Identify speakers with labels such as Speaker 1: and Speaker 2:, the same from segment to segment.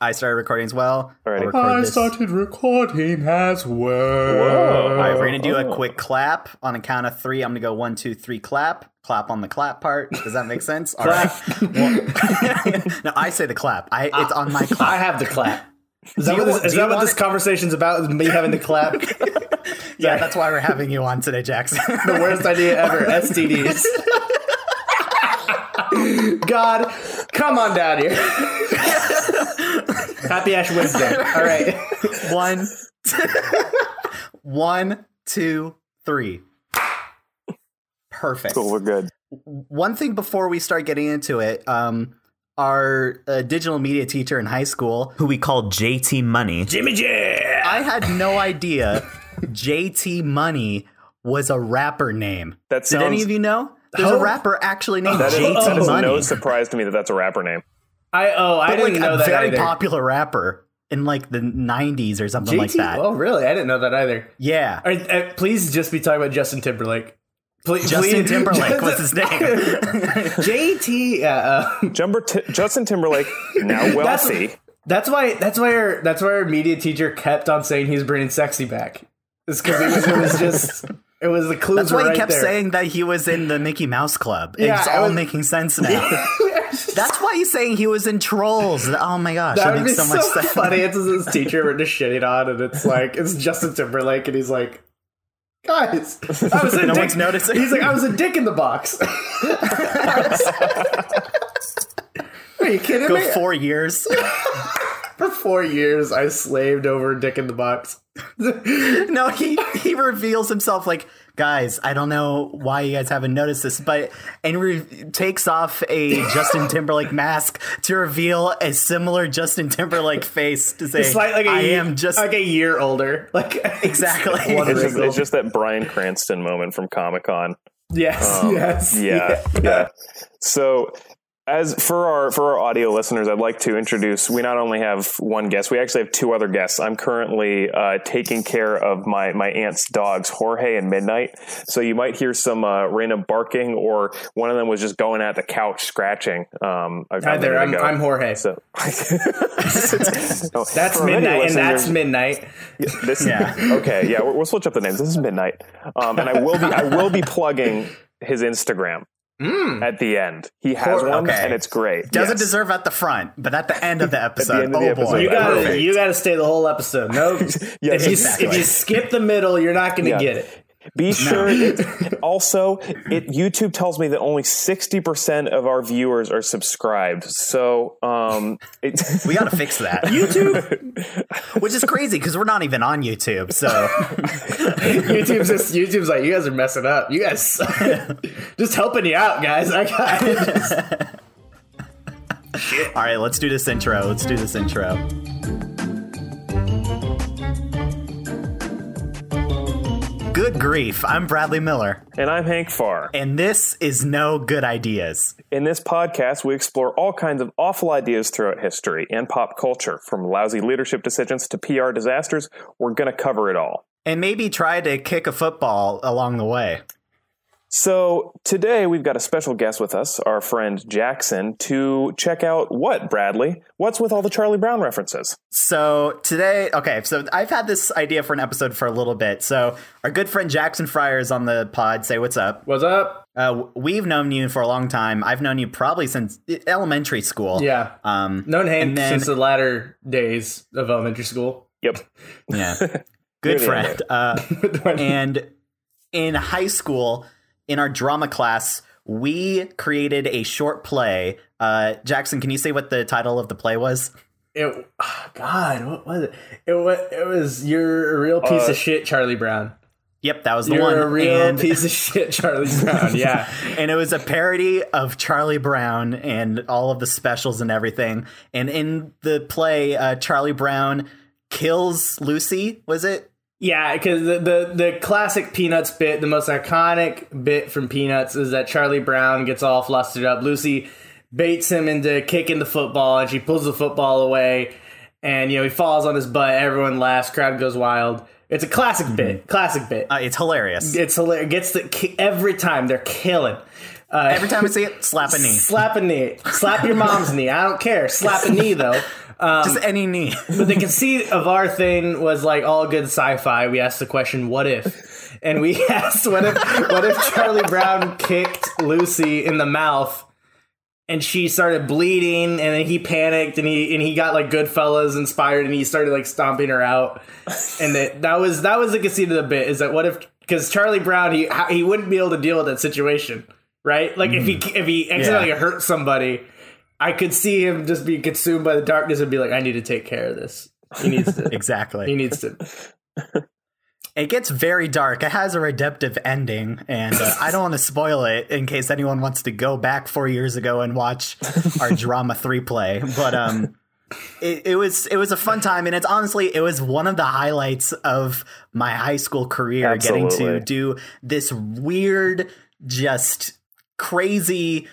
Speaker 1: I started recording as well.
Speaker 2: Alrighty.
Speaker 1: I'll record this.
Speaker 3: recording as
Speaker 2: Whoa.
Speaker 1: All right, we're gonna do
Speaker 2: Oh.
Speaker 1: a quick clap on a count of three. I'm gonna go one, two, three, clap. Clap on the clap part. Does that make sense? All right. Well- no, I say the clap. I it's on my
Speaker 3: I
Speaker 1: clap.
Speaker 3: have the clap. Is
Speaker 1: Do
Speaker 3: that
Speaker 1: you
Speaker 3: what this,
Speaker 1: want-
Speaker 3: is
Speaker 1: do you
Speaker 3: that what
Speaker 1: want
Speaker 3: this
Speaker 1: it-
Speaker 3: conversation's about? Is me having the clap? the
Speaker 1: yeah, that's why we're having you on today, Jackson.
Speaker 3: worst idea ever. STDs. God, come on down here. Happy Ash Wednesday. All right.
Speaker 1: one, one, two, three. Perfect.
Speaker 2: Cool, we're good.
Speaker 1: one thing before we start getting into it um our uh, digital media teacher in high school
Speaker 4: who we call JT Money.
Speaker 3: Jimmy J.
Speaker 1: i had no idea jt money was a rapper name
Speaker 2: That
Speaker 1: did any
Speaker 2: sounds-
Speaker 1: of you know there's
Speaker 3: Oh.
Speaker 1: a rapper actually named
Speaker 2: That is,
Speaker 1: jt
Speaker 2: that is
Speaker 1: money
Speaker 2: no surprise to me that that's a rapper name.
Speaker 3: I oh I
Speaker 1: but
Speaker 3: didn't
Speaker 1: like
Speaker 3: know
Speaker 1: a
Speaker 3: that
Speaker 1: very
Speaker 3: either.
Speaker 1: popular rapper in like the 90s or something like
Speaker 3: JT?
Speaker 1: that
Speaker 3: Oh really? I didn't know that either.
Speaker 1: yeah
Speaker 3: All right, uh, please just be talking about Justin Timberlake. Please,
Speaker 1: justin
Speaker 3: please-
Speaker 1: timberlake was his name
Speaker 3: JT. Yeah, uh,
Speaker 2: Jumper T- Justin Timberlake, now wealthy.
Speaker 3: That's why. That's why. Our, that's why our media teacher kept on saying he's bringing sexy back. It's because it was, it was just. It was the clues.
Speaker 1: That's why
Speaker 3: were right
Speaker 1: he kept
Speaker 3: there.
Speaker 1: saying that he was in the Mickey Mouse Club.
Speaker 3: Yeah,
Speaker 1: it's
Speaker 3: I
Speaker 1: all
Speaker 3: was-
Speaker 1: making sense now. That's why he's saying he was in Trolls. Oh my gosh,
Speaker 3: That
Speaker 1: that,
Speaker 3: would be
Speaker 1: makes
Speaker 3: so,
Speaker 1: so much sense.
Speaker 3: funny. It's his teacher we're just shitting on, and it's like it's Justin Timberlake, and he's like, "Guys, I was a
Speaker 1: No
Speaker 3: dick."
Speaker 1: one's noticing.
Speaker 3: He's like, "I was a dick in the box." Are you kidding
Speaker 1: Go
Speaker 3: me?
Speaker 1: four years.
Speaker 3: For four years, I slaved over dick in the box.
Speaker 1: no, he he reveals himself like, guys, I don't know why you guys haven't noticed this, but and re- takes off a Justin Timberlake mask to reveal a similar Justin Timberlake face to say,
Speaker 3: It's like, like a,
Speaker 1: I am just
Speaker 3: like a year older. Like
Speaker 1: Exactly.
Speaker 3: one
Speaker 2: It's just,
Speaker 3: wrinkle.
Speaker 2: it's just that Brian Cranston moment from Comic Con.
Speaker 3: yes, yes,
Speaker 2: Oh, yeah, yeah. So, as for our for our audio listeners, I'd like to introduce. We not only have one guest, we actually have two other guests. I'm currently uh, taking care of my my aunt's dogs, Jorge and Midnight. So you might hear some uh, random barking, or one of them was just going at the couch scratching. Um, a- a
Speaker 3: Hi there,
Speaker 2: minute
Speaker 3: I'm,
Speaker 2: ago.
Speaker 3: I'm Jorge.
Speaker 2: So
Speaker 3: that's midnight, and that's midnight.
Speaker 2: this
Speaker 1: Yeah.
Speaker 2: okay yeah we'll, we'll switch up the names this is midnight um, and i will be i will be plugging his instagram
Speaker 3: Hmm.
Speaker 2: at the end he has
Speaker 1: Cool.
Speaker 2: one
Speaker 1: Okay.
Speaker 2: and it's great
Speaker 1: doesn't
Speaker 2: Yes.
Speaker 1: deserve at the front, but at the end of the episode,
Speaker 2: end of
Speaker 1: oh
Speaker 2: the episode,
Speaker 1: boy,
Speaker 3: You got
Speaker 2: Perfect.
Speaker 3: to you got to stay the whole episode. No, if, you,
Speaker 2: exactly.
Speaker 3: if you skip the middle, you're not going to
Speaker 2: Yeah.
Speaker 3: get it.
Speaker 2: be sure it, also it youtube tells me that only 60% of our viewers are subscribed so um it,
Speaker 1: we got to fix that.
Speaker 3: YouTube,
Speaker 1: Which is crazy because we're not even on YouTube. So
Speaker 3: YouTube's just, YouTube's like you guys are messing up. You guys, suck." just helping you out, guys. I got it.
Speaker 1: All right, let's do this intro. Let's do this intro. Good grief. I'm Bradley Miller,
Speaker 2: and i'm hank farr
Speaker 1: and this is No Good Ideas.
Speaker 2: In this podcast, we explore all kinds of awful ideas throughout history and pop culture, from lousy leadership decisions to PR disasters. We're going to cover it all.
Speaker 1: And maybe try to kick a football along the way.
Speaker 2: So, today we've got a special guest with us, our friend Jackson, to check out what, Bradley? What's with all the Charlie Brown references?
Speaker 1: So today, okay, so I've had this idea for an episode for a little bit. So our good friend Jackson Fryer is on the pod. Say what's up.
Speaker 3: What's up?
Speaker 1: Uh, we've known you for a long time. I've known you probably since elementary school.
Speaker 3: Yeah,
Speaker 1: Um,
Speaker 3: known Hank
Speaker 1: And then-
Speaker 3: since the latter days of elementary school.
Speaker 2: Yep.
Speaker 1: yeah.
Speaker 2: Near
Speaker 1: Good
Speaker 2: the
Speaker 1: friend.
Speaker 2: end
Speaker 1: Uh, and in high school in our drama class we created a short play uh, jackson can you say what the title of the play was
Speaker 3: It, ah, God, what was it? It was, it was you're a real piece of shit, Charlie Brown.
Speaker 1: yep that was Uh, the
Speaker 3: You're
Speaker 1: one
Speaker 3: a real
Speaker 1: and,
Speaker 3: piece of shit, Charlie Brown. Yeah,
Speaker 1: and it was a parody of charlie brown and all of the specials and everything and in the play uh, charlie brown kills lucy was it
Speaker 3: yeah, because the, the the classic Peanuts bit, the most iconic bit from Peanuts, is that Charlie Brown gets all flustered up. Lucy baits him into kicking the football, and she pulls the football away, and you know he falls on his butt. Everyone laughs, crowd goes wild. It's a classic
Speaker 1: Mm-hmm.
Speaker 3: bit, classic bit.
Speaker 1: uh, it's hilarious
Speaker 3: it's hilarious. Gets the ki- every time they're killing. Uh,
Speaker 1: every time i see it slap a knee
Speaker 3: Slap a knee. Slap your mom's knee. I don't care. Slap a knee though.
Speaker 1: Just any knee.
Speaker 3: But the conceit of our thing was like all good sci-fi. We asked the question, "What if?" And we asked, "What if? What if Charlie Brown kicked Lucy in the mouth?" And she started bleeding, and then he panicked, and he and he got like Goodfellas inspired, and he started like stomping her out. And that that was that was the conceit of the bit is that what if because Charlie Brown he he wouldn't be able to deal with that situation, right? Like if he if he accidentally hurt somebody, I could see him just be consumed by the darkness and be like, I need to take care of this. He needs to. he
Speaker 1: Exactly.
Speaker 3: needs to.
Speaker 1: It gets very dark. It has a redemptive ending, and uh, I don't want to spoil it in case anyone wants to go back four years ago and watch our drama three play. But um, it, it was it was a fun time, and it's honestly it was one of the highlights of my high school career. Getting
Speaker 2: Absolutely.
Speaker 1: to do this weird, just crazy,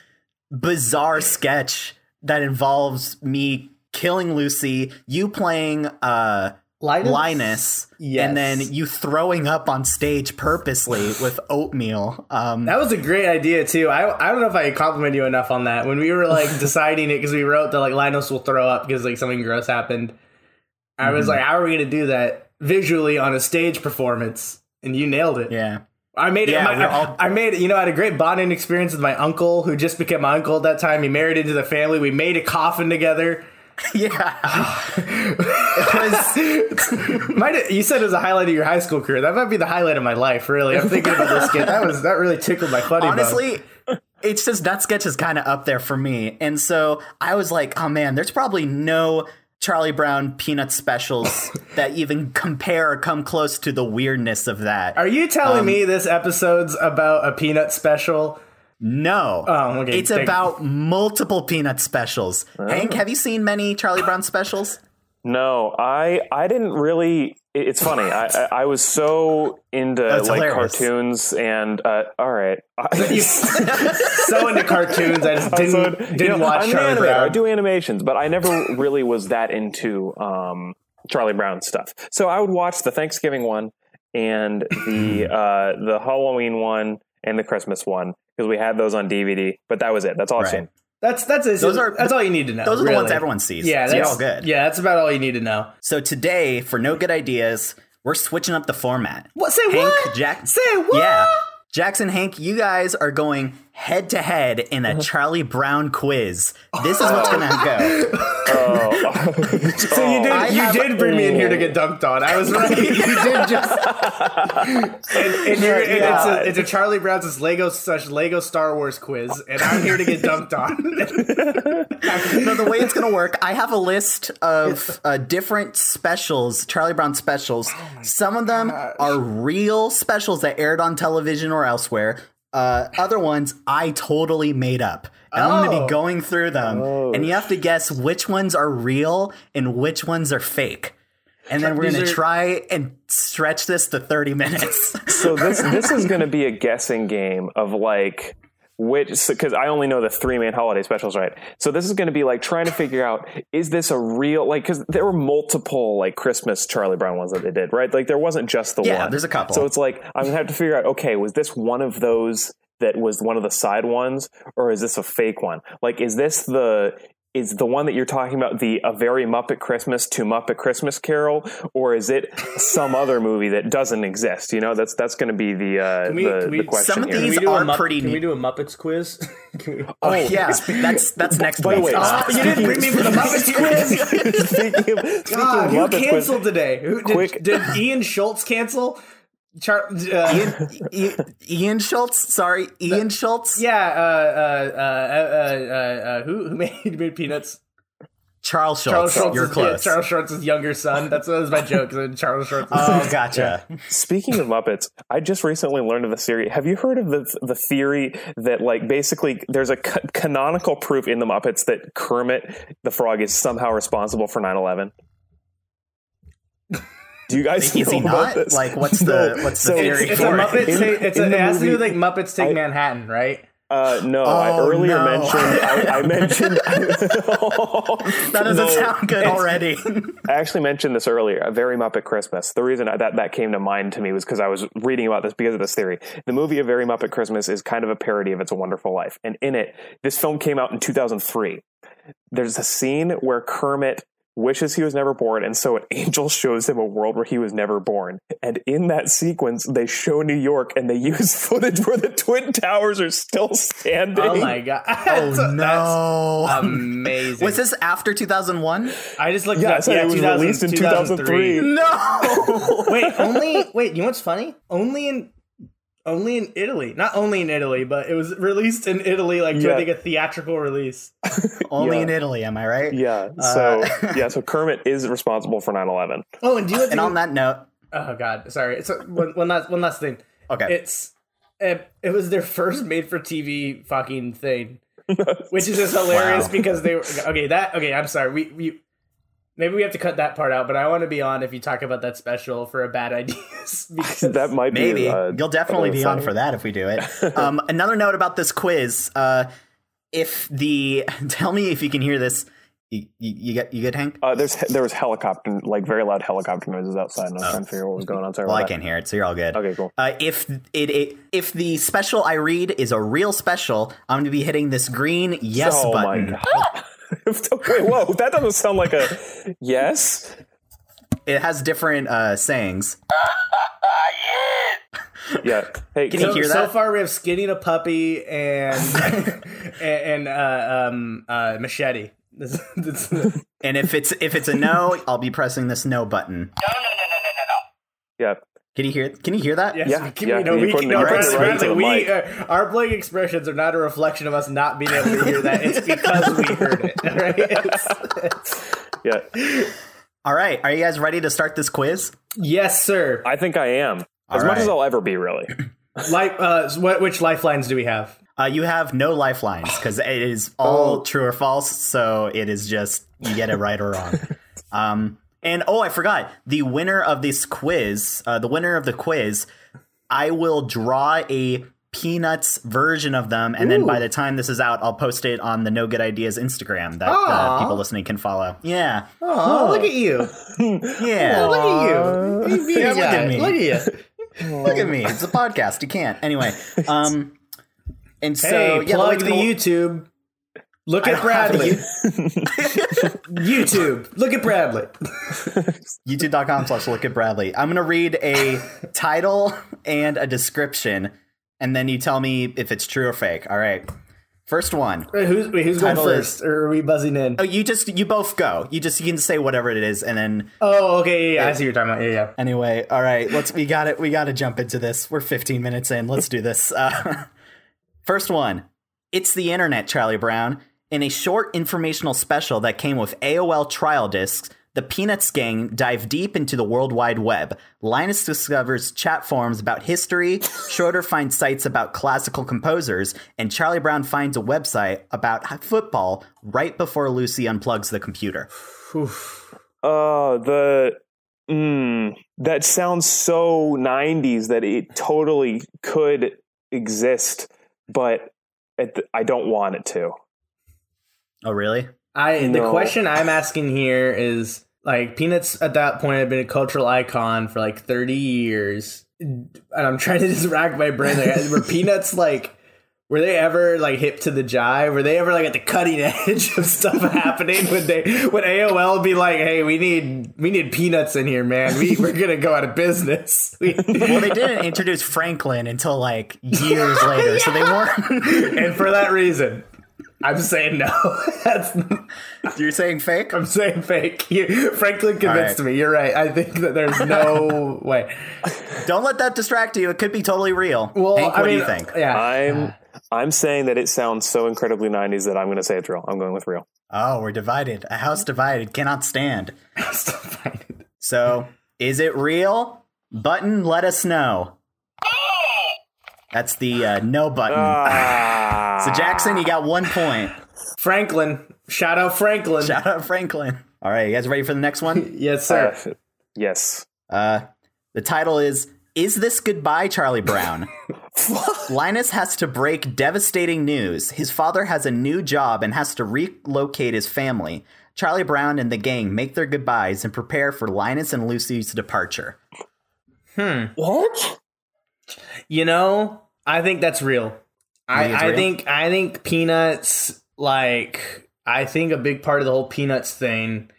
Speaker 1: bizarre sketch that involves me killing Lucy, you playing uh
Speaker 3: Linus?
Speaker 1: Linus,
Speaker 3: Yes.
Speaker 1: and then you throwing up on stage purposely with oatmeal. Um,
Speaker 3: That was a great idea too. I, I don't know if I complimented you enough on that. When we were like deciding it, because we wrote that like Linus will throw up because like something gross happened. I
Speaker 1: Mm-hmm.
Speaker 3: was like, how are we gonna do that visually on a stage performance? And you nailed it.
Speaker 1: yeah,
Speaker 3: I made it.
Speaker 1: Yeah,
Speaker 3: my-
Speaker 1: we
Speaker 3: I,
Speaker 1: all-
Speaker 3: I made it. You know, I had a great bonding experience with my uncle, who just became my uncle at that time. He married into the family. We made a coffin together.
Speaker 1: yeah. it was
Speaker 3: Might you said it was a highlight of your high school career? That might be the highlight of my life. Really, I'm thinking about this kid. That was that really tickled my funny. bone.
Speaker 1: honestly. It's just that sketch is kind of up there for me, and so I was like, "Oh man, there's probably no Charlie Brown peanut specials that even compare or come close to the weirdness of that."
Speaker 3: are you telling
Speaker 1: um,
Speaker 3: me this episode's about a peanut special?
Speaker 1: No.
Speaker 3: Oh, okay,
Speaker 1: It's
Speaker 3: thank- Oh.
Speaker 1: about multiple peanut specials. Hank, have you seen many Charlie Brown specials?
Speaker 2: No, I I didn't really. it- It's funny. I I, I was so into
Speaker 1: That's
Speaker 2: like
Speaker 1: hilarious.
Speaker 2: cartoons and uh, all right. I,
Speaker 3: So into cartoons, I just didn't
Speaker 2: so,
Speaker 3: didn't
Speaker 2: you know,
Speaker 3: watch
Speaker 2: I'm an
Speaker 3: Charlie
Speaker 2: animator. I
Speaker 3: Brown.
Speaker 2: do animations, but I never really was that into um, Charlie Brown stuff. So I would watch the Thanksgiving one and the uh, the Halloween one and the Christmas one because we had those on DVD. But that was it. That's all I've
Speaker 1: Right.
Speaker 2: seen.
Speaker 3: That's that's
Speaker 1: Those are-
Speaker 3: that's all you need to know.
Speaker 1: Those are the ones
Speaker 3: Uh, really.
Speaker 1: everyone sees.
Speaker 3: Yeah,
Speaker 1: so
Speaker 3: that's
Speaker 1: you're all good.
Speaker 3: Yeah, that's about all you need to know.
Speaker 1: So today, for no good ideas, we're switching up the format.
Speaker 3: What say
Speaker 1: Hank,
Speaker 3: what?
Speaker 1: Jack-
Speaker 3: say what?
Speaker 1: Yeah. Jackson, Hank, you guys are going head to head in
Speaker 3: Uh-huh.
Speaker 1: a Charlie Brown quiz. This is
Speaker 3: Oh.
Speaker 1: what's going to go.
Speaker 3: So you did
Speaker 1: I
Speaker 3: you
Speaker 1: have- Oh.
Speaker 3: did bring me in here to get dunked on. I was right. you did just and, and you're, and it's, a, it's a Charlie Brown's it's Lego slash Lego Star Wars quiz, and I'm here to get dunked on.
Speaker 1: No, the way it's going to work, I have a list of uh, different specials, Charlie Brown specials.
Speaker 3: Oh
Speaker 1: Some of them are real specials that aired on television or elsewhere. Uh, other ones I totally made up. And I'm going to
Speaker 3: Oh.
Speaker 1: be going through them. and you have to guess which ones are real and which ones are fake. And then we're
Speaker 3: These
Speaker 1: going to
Speaker 3: are-
Speaker 1: try and stretch this to 30 minutes.
Speaker 2: So this this is going to be a guessing game of like which because I only know the three main holiday specials, right? So this is going to be like trying to figure out is this a real like because there were multiple like Christmas Charlie Brown ones that they did, right? Like there wasn't just the
Speaker 1: Yeah,
Speaker 2: one.
Speaker 1: there's a couple.
Speaker 2: So it's like I'm gonna have to figure out okay, was this one of those that was one of the side ones, or is this a fake one? Like is this the is the one that you're talking about the a very Muppet Christmas to Muppet Christmas Carol, or is it some other movie that doesn't exist? You know, that's that's going to be the uh,
Speaker 3: we-
Speaker 2: the,
Speaker 3: can we-
Speaker 2: the question.
Speaker 1: some of
Speaker 2: here.
Speaker 1: these-
Speaker 3: Can we do a
Speaker 1: are
Speaker 3: Mupp-
Speaker 1: pretty
Speaker 3: Can we
Speaker 1: neat.
Speaker 3: do a Muppets quiz? Can we-
Speaker 1: oh, yeah. That's, that's next
Speaker 2: by the
Speaker 1: week's
Speaker 2: way,
Speaker 1: topic.
Speaker 3: Oh, you didn't bring me for the Muppets quiz.
Speaker 2: speaking of, speaking
Speaker 3: God,
Speaker 2: of
Speaker 3: who
Speaker 2: Muppet quiz,
Speaker 3: canceled today? Who did,
Speaker 2: Quick.
Speaker 3: did Ian Schultz cancel? Char- uh,
Speaker 1: Ian, I- Ian Schultz, sorry, Ian Schultz,
Speaker 3: yeah, uh, uh, uh, uh, uh, uh, who who made, who made peanuts?
Speaker 1: Charles Schultz,
Speaker 3: Charles Schultz.
Speaker 1: you're
Speaker 3: is-
Speaker 1: close.
Speaker 3: yeah, Charles Schultz's younger son. That's that was my joke. 'cause Charles Schultz.
Speaker 2: Um,
Speaker 1: Oh, gotcha.
Speaker 2: Speaking of Muppets, I just recently learned of the theory. Have you heard of the the theory that like basically there's a ca- canonical proof in the Muppets that Kermit the Frog is somehow responsible for 9/11? Do you
Speaker 1: Is
Speaker 2: guys know
Speaker 1: he
Speaker 2: about
Speaker 1: not?
Speaker 2: this?
Speaker 1: Like, what's the what's the
Speaker 2: So
Speaker 1: theory
Speaker 3: it's a
Speaker 1: for it?
Speaker 3: Muppets.
Speaker 2: In-
Speaker 3: take, it's a,
Speaker 2: in
Speaker 3: it
Speaker 2: the
Speaker 3: has to do with like
Speaker 2: movie-
Speaker 3: Muppets take Manhattan, right?
Speaker 2: Uh, no, I
Speaker 1: Oh,
Speaker 2: earlier
Speaker 1: no.
Speaker 2: mentioned I, I mentioned that
Speaker 1: That doesn't sound good already.
Speaker 2: I actually mentioned this earlier, a very Muppet Christmas. The reason I, that that came to mind to me was because I was reading about this because of this theory. The movie A Very Muppet Christmas is kind of a parody of It's a Wonderful Life, and in it, this film came out in 2003. There's a scene where Kermit wishes he was never born, and so an angel shows him a world where he was never born. And in that sequence, they show New York and they use footage where the Twin Towers are still standing.
Speaker 3: Oh my god! That's-
Speaker 1: Oh no!
Speaker 3: That's amazing.
Speaker 1: was this after 2001?
Speaker 3: I just looked.
Speaker 2: Yeah,
Speaker 3: it
Speaker 2: I
Speaker 3: up.
Speaker 2: said
Speaker 3: yeah,
Speaker 2: it was
Speaker 3: 2000
Speaker 2: released in 2003.
Speaker 1: No.
Speaker 3: wait, only wait. You know what's funny? Only in only in Italy. Not only in Italy, but it was released in Italy, like to
Speaker 2: Yeah.
Speaker 3: I think a theatrical release.
Speaker 1: Only
Speaker 2: Yeah.
Speaker 1: in Italy, am I right?
Speaker 2: Yeah. So
Speaker 3: Uh,
Speaker 2: yeah. So Kermit is responsible for 9/11.
Speaker 3: Oh, and do you have
Speaker 1: And
Speaker 3: to,
Speaker 1: on that note,
Speaker 3: Oh god, sorry. It's one, one last one last thing.
Speaker 1: okay.
Speaker 3: It's it, it was their first made for TV fucking thing, which is just hilarious
Speaker 1: Wow.
Speaker 3: because they were okay. That okay. I'm sorry. We we maybe we have to cut that part out, but I want to be on if you talk about that special for a bad ideas because
Speaker 2: That might
Speaker 1: Maybe
Speaker 2: be. uh,
Speaker 1: you'll definitely be on
Speaker 2: funny.
Speaker 1: for that if we do it. Um, another note about this quiz: uh, if the tell me if you can hear this, you, you, you get you get Hank.
Speaker 2: Uh, there's there was helicopter like very loud helicopter noises outside, and I was trying to figure out what was going on. Sorry,
Speaker 1: Oh. Well, I
Speaker 2: about that.
Speaker 1: can't hear it, so you're all good.
Speaker 2: Okay, cool.
Speaker 1: Uh, if it, it if the special I read is a real special, I'm going to be hitting this green yes
Speaker 2: oh
Speaker 1: button.
Speaker 2: my god! okay, whoa, that doesn't sound like a yes.
Speaker 1: It has different uh, sayings.
Speaker 2: Yeah. Hey,
Speaker 1: Can
Speaker 2: can-
Speaker 1: you
Speaker 3: so,
Speaker 1: hear
Speaker 3: so
Speaker 1: that?
Speaker 3: far we have skinning a puppy and and, and uh, um, uh, machete. This- this-
Speaker 1: And if it's if it's a no, I'll be pressing this no button.
Speaker 2: yeah.
Speaker 1: Can you hear? Can you hear that?
Speaker 3: yes,
Speaker 2: Yeah,
Speaker 3: we can,
Speaker 2: yeah,
Speaker 3: we know,
Speaker 2: you
Speaker 3: we
Speaker 2: put
Speaker 3: can
Speaker 2: it- you
Speaker 3: know
Speaker 2: put it
Speaker 3: right,
Speaker 2: right into the
Speaker 3: we,
Speaker 2: mic.
Speaker 3: uh, our playing expressions are not a reflection of us not being able to hear that. It's because we heard it. Right? It's-
Speaker 2: Yeah.
Speaker 1: All right. Are you guys ready to start this quiz?
Speaker 3: yes, sir.
Speaker 2: I think I am. As
Speaker 1: All
Speaker 2: much as
Speaker 1: right.
Speaker 2: I'll ever be, really.
Speaker 3: Like, uh, what, which lifelines do we have?
Speaker 1: Uh, you have no lifelines because it is all true or false. So it is just you get it right or wrong. Um, and oh, I forgot the winner of this quiz. Uh, the winner of the quiz, I will draw a peanuts version of them, and then by the time this is out, I'll post it on the No Good Ideas Instagram that uh,
Speaker 3: Aw.
Speaker 1: people listening can follow. Yeah,
Speaker 3: Oh, look at you!
Speaker 1: yeah.
Speaker 3: Look at you!
Speaker 1: Yeah, look at
Speaker 3: Yeah,
Speaker 1: me.
Speaker 3: Look at you!
Speaker 1: Look at me. It's a podcast. You can't. Anyway. Um and so
Speaker 3: hey,
Speaker 1: yeah,
Speaker 3: plug
Speaker 1: way
Speaker 3: the
Speaker 1: to-
Speaker 3: YouTube. Look at
Speaker 1: don't have a
Speaker 3: Bradley. YouTube. Look at Bradley.
Speaker 1: youtube.com slash look at Bradley. I'm gonna read a title and a description, and then you tell me if it's true or fake. All right. First one.
Speaker 3: Wait, who's, wait, who's going
Speaker 1: Title
Speaker 3: first? Or are we buzzing in?
Speaker 1: Oh, you just you both go. You just you can say whatever it is, and then
Speaker 3: Oh, okay. Yeah, yeah, I see what you're talking about. Yeah, yeah.
Speaker 1: anyway, all right, let's we got it. We got to jump into this. We're 15 minutes in. Let's do this. Uh, first one. It's the internet, Charlie Brown. In a short informational special that came with AOL trial discs, the Peanuts gang dive deep into the World Wide Web. Linus discovers chat forums about history, Schroeder finds sites about classical composers, and Charlie Brown finds a website about football right before Lucy unplugs the computer.
Speaker 2: Uh, the mm, that sounds so '90s that it totally could exist, but it, I don't want it to.
Speaker 1: Oh, really?
Speaker 3: I the
Speaker 2: No.
Speaker 3: question I'm asking here is like peanuts at that point have been a cultural icon for like 30 years, and I'm trying to just rack my brain. Like, were peanuts like? Were they ever like hip to the jive? Were they ever like at the cutting edge of stuff happening? Would they? Would AOL be like, "Hey, we need we need peanuts in here, man. We we're gonna go out of business." We-
Speaker 1: Well, they didn't introduce Franklin until like years later, so they weren't.
Speaker 3: and for that reason, I'm saying no. That's
Speaker 1: You're saying fake?
Speaker 3: I'm saying fake. You, Franklin convinced me. You're right. I think that there's no way.
Speaker 1: Don't let that distract you. It could be totally real.
Speaker 3: Well,
Speaker 1: Hank,
Speaker 3: I
Speaker 1: what
Speaker 3: mean,
Speaker 1: do you think?
Speaker 3: Yeah.
Speaker 1: Uh,
Speaker 2: I'm I'm saying that it sounds so incredibly '90s that I'm going to say it's real. I'm going with real.
Speaker 1: Oh, we're divided. A house divided cannot stand.
Speaker 3: Still find it.
Speaker 1: So, is it real? Button, let us know. That's the uh, no button.
Speaker 2: Ah.
Speaker 1: so, Jackson, you got one point.
Speaker 3: Franklin. Shout out Franklin.
Speaker 1: Shout out Franklin. All right, you guys ready for the next one?
Speaker 3: yes, sir.
Speaker 2: Uh, yes.
Speaker 1: Uh, the title is Is This Goodbye, Charlie Brown? Linus has to break devastating news. His father has a new job and has to relocate his family. Charlie Brown and the gang make their goodbyes and prepare for Linus and Lucy's departure.
Speaker 2: What?
Speaker 3: you know, I think that's real. I,
Speaker 1: think it's
Speaker 3: I
Speaker 1: real?
Speaker 3: think I think peanuts like I think a big part of the whole peanuts thing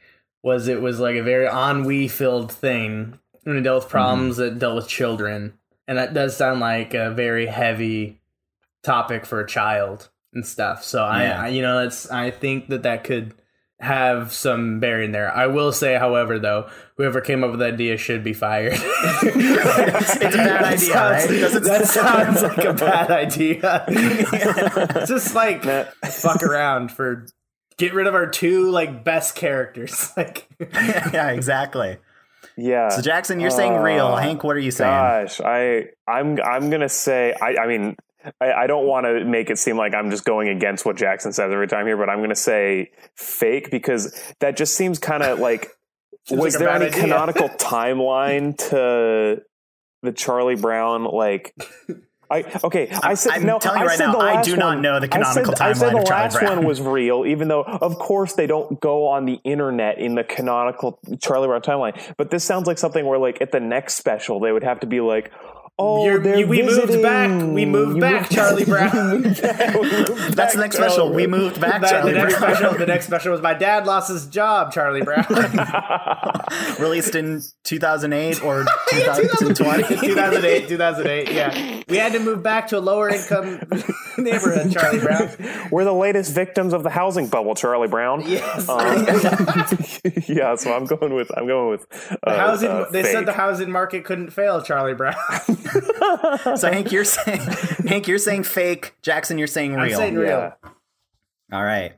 Speaker 3: was it was like a very ennui filled thing and it
Speaker 1: Mm-hmm.
Speaker 3: dealt with problems that dealt with children and that does sound like a very heavy topic for a child and stuff so
Speaker 1: Yeah.
Speaker 3: I, I you know that's i think that that could have some bearing there i will say however though whoever came up with the idea should be fired
Speaker 1: It's a bad
Speaker 3: That
Speaker 1: idea,
Speaker 3: sounds-
Speaker 1: right? Doesn't-
Speaker 3: that sounds like a bad idea just like
Speaker 2: Nah.
Speaker 3: fuck around for get rid of our two like best characters like
Speaker 1: yeah, exactly.
Speaker 2: Yeah.
Speaker 3: Uh,
Speaker 1: So Jackson, you're saying real.
Speaker 2: Uh,
Speaker 1: Hank, what are you saying?
Speaker 2: Gosh, I I'm I'm gonna say I I mean I, I don't want to make it seem like I'm just going against what Jackson says every time here, but I'm gonna say fake because that just seems kind of like
Speaker 3: Seems
Speaker 2: was
Speaker 3: like a
Speaker 2: there
Speaker 3: bad
Speaker 2: any
Speaker 3: idea.
Speaker 2: canonical timeline to the Charlie Brown like? I okay. I said
Speaker 1: I'm
Speaker 2: no.
Speaker 1: telling you
Speaker 2: I
Speaker 1: right
Speaker 2: said
Speaker 1: now,
Speaker 2: the
Speaker 1: I
Speaker 2: last
Speaker 1: do not
Speaker 2: one-
Speaker 1: know the canonical
Speaker 2: I said, I said
Speaker 1: timeline
Speaker 2: the
Speaker 1: of Charlie
Speaker 2: last
Speaker 1: Brown.
Speaker 2: one was real, even though of course they don't go on the internet in the canonical Charlie Brown timeline. But this sounds like something where like at the next special they would have to be like. Oh,
Speaker 3: You're-
Speaker 2: they're
Speaker 3: you- we moved
Speaker 2: visiting.
Speaker 3: back. We moved
Speaker 2: You
Speaker 3: back, Charlie Brown.
Speaker 2: We moved back. We moved
Speaker 1: That's
Speaker 2: back,
Speaker 1: the next special.
Speaker 2: Charlie
Speaker 1: We
Speaker 2: Brown.
Speaker 1: moved back,
Speaker 3: That-
Speaker 1: Charlie
Speaker 3: the next
Speaker 1: Brown.
Speaker 3: special. The next special was my dad lost his job. Charlie Brown,
Speaker 1: Released in 2008 or 2020.
Speaker 3: 2008, 2008. Yeah, we had to move back to a lower income neighborhood. Charlie Brown.
Speaker 2: We're the latest victims of the housing bubble, Charlie Brown.
Speaker 3: Yes.
Speaker 2: Um, yeah, so I'm going with I'm going with
Speaker 1: Oh,
Speaker 2: uh,
Speaker 3: Housing.
Speaker 2: uh,
Speaker 3: they said
Speaker 2: fake.
Speaker 3: the housing market couldn't fail. Charlie Brown.
Speaker 1: so Hank, you're saying Hank, you're saying fake. Jackson, you're saying
Speaker 3: I'm
Speaker 1: real.
Speaker 3: saying real.
Speaker 2: Yeah.
Speaker 1: All right.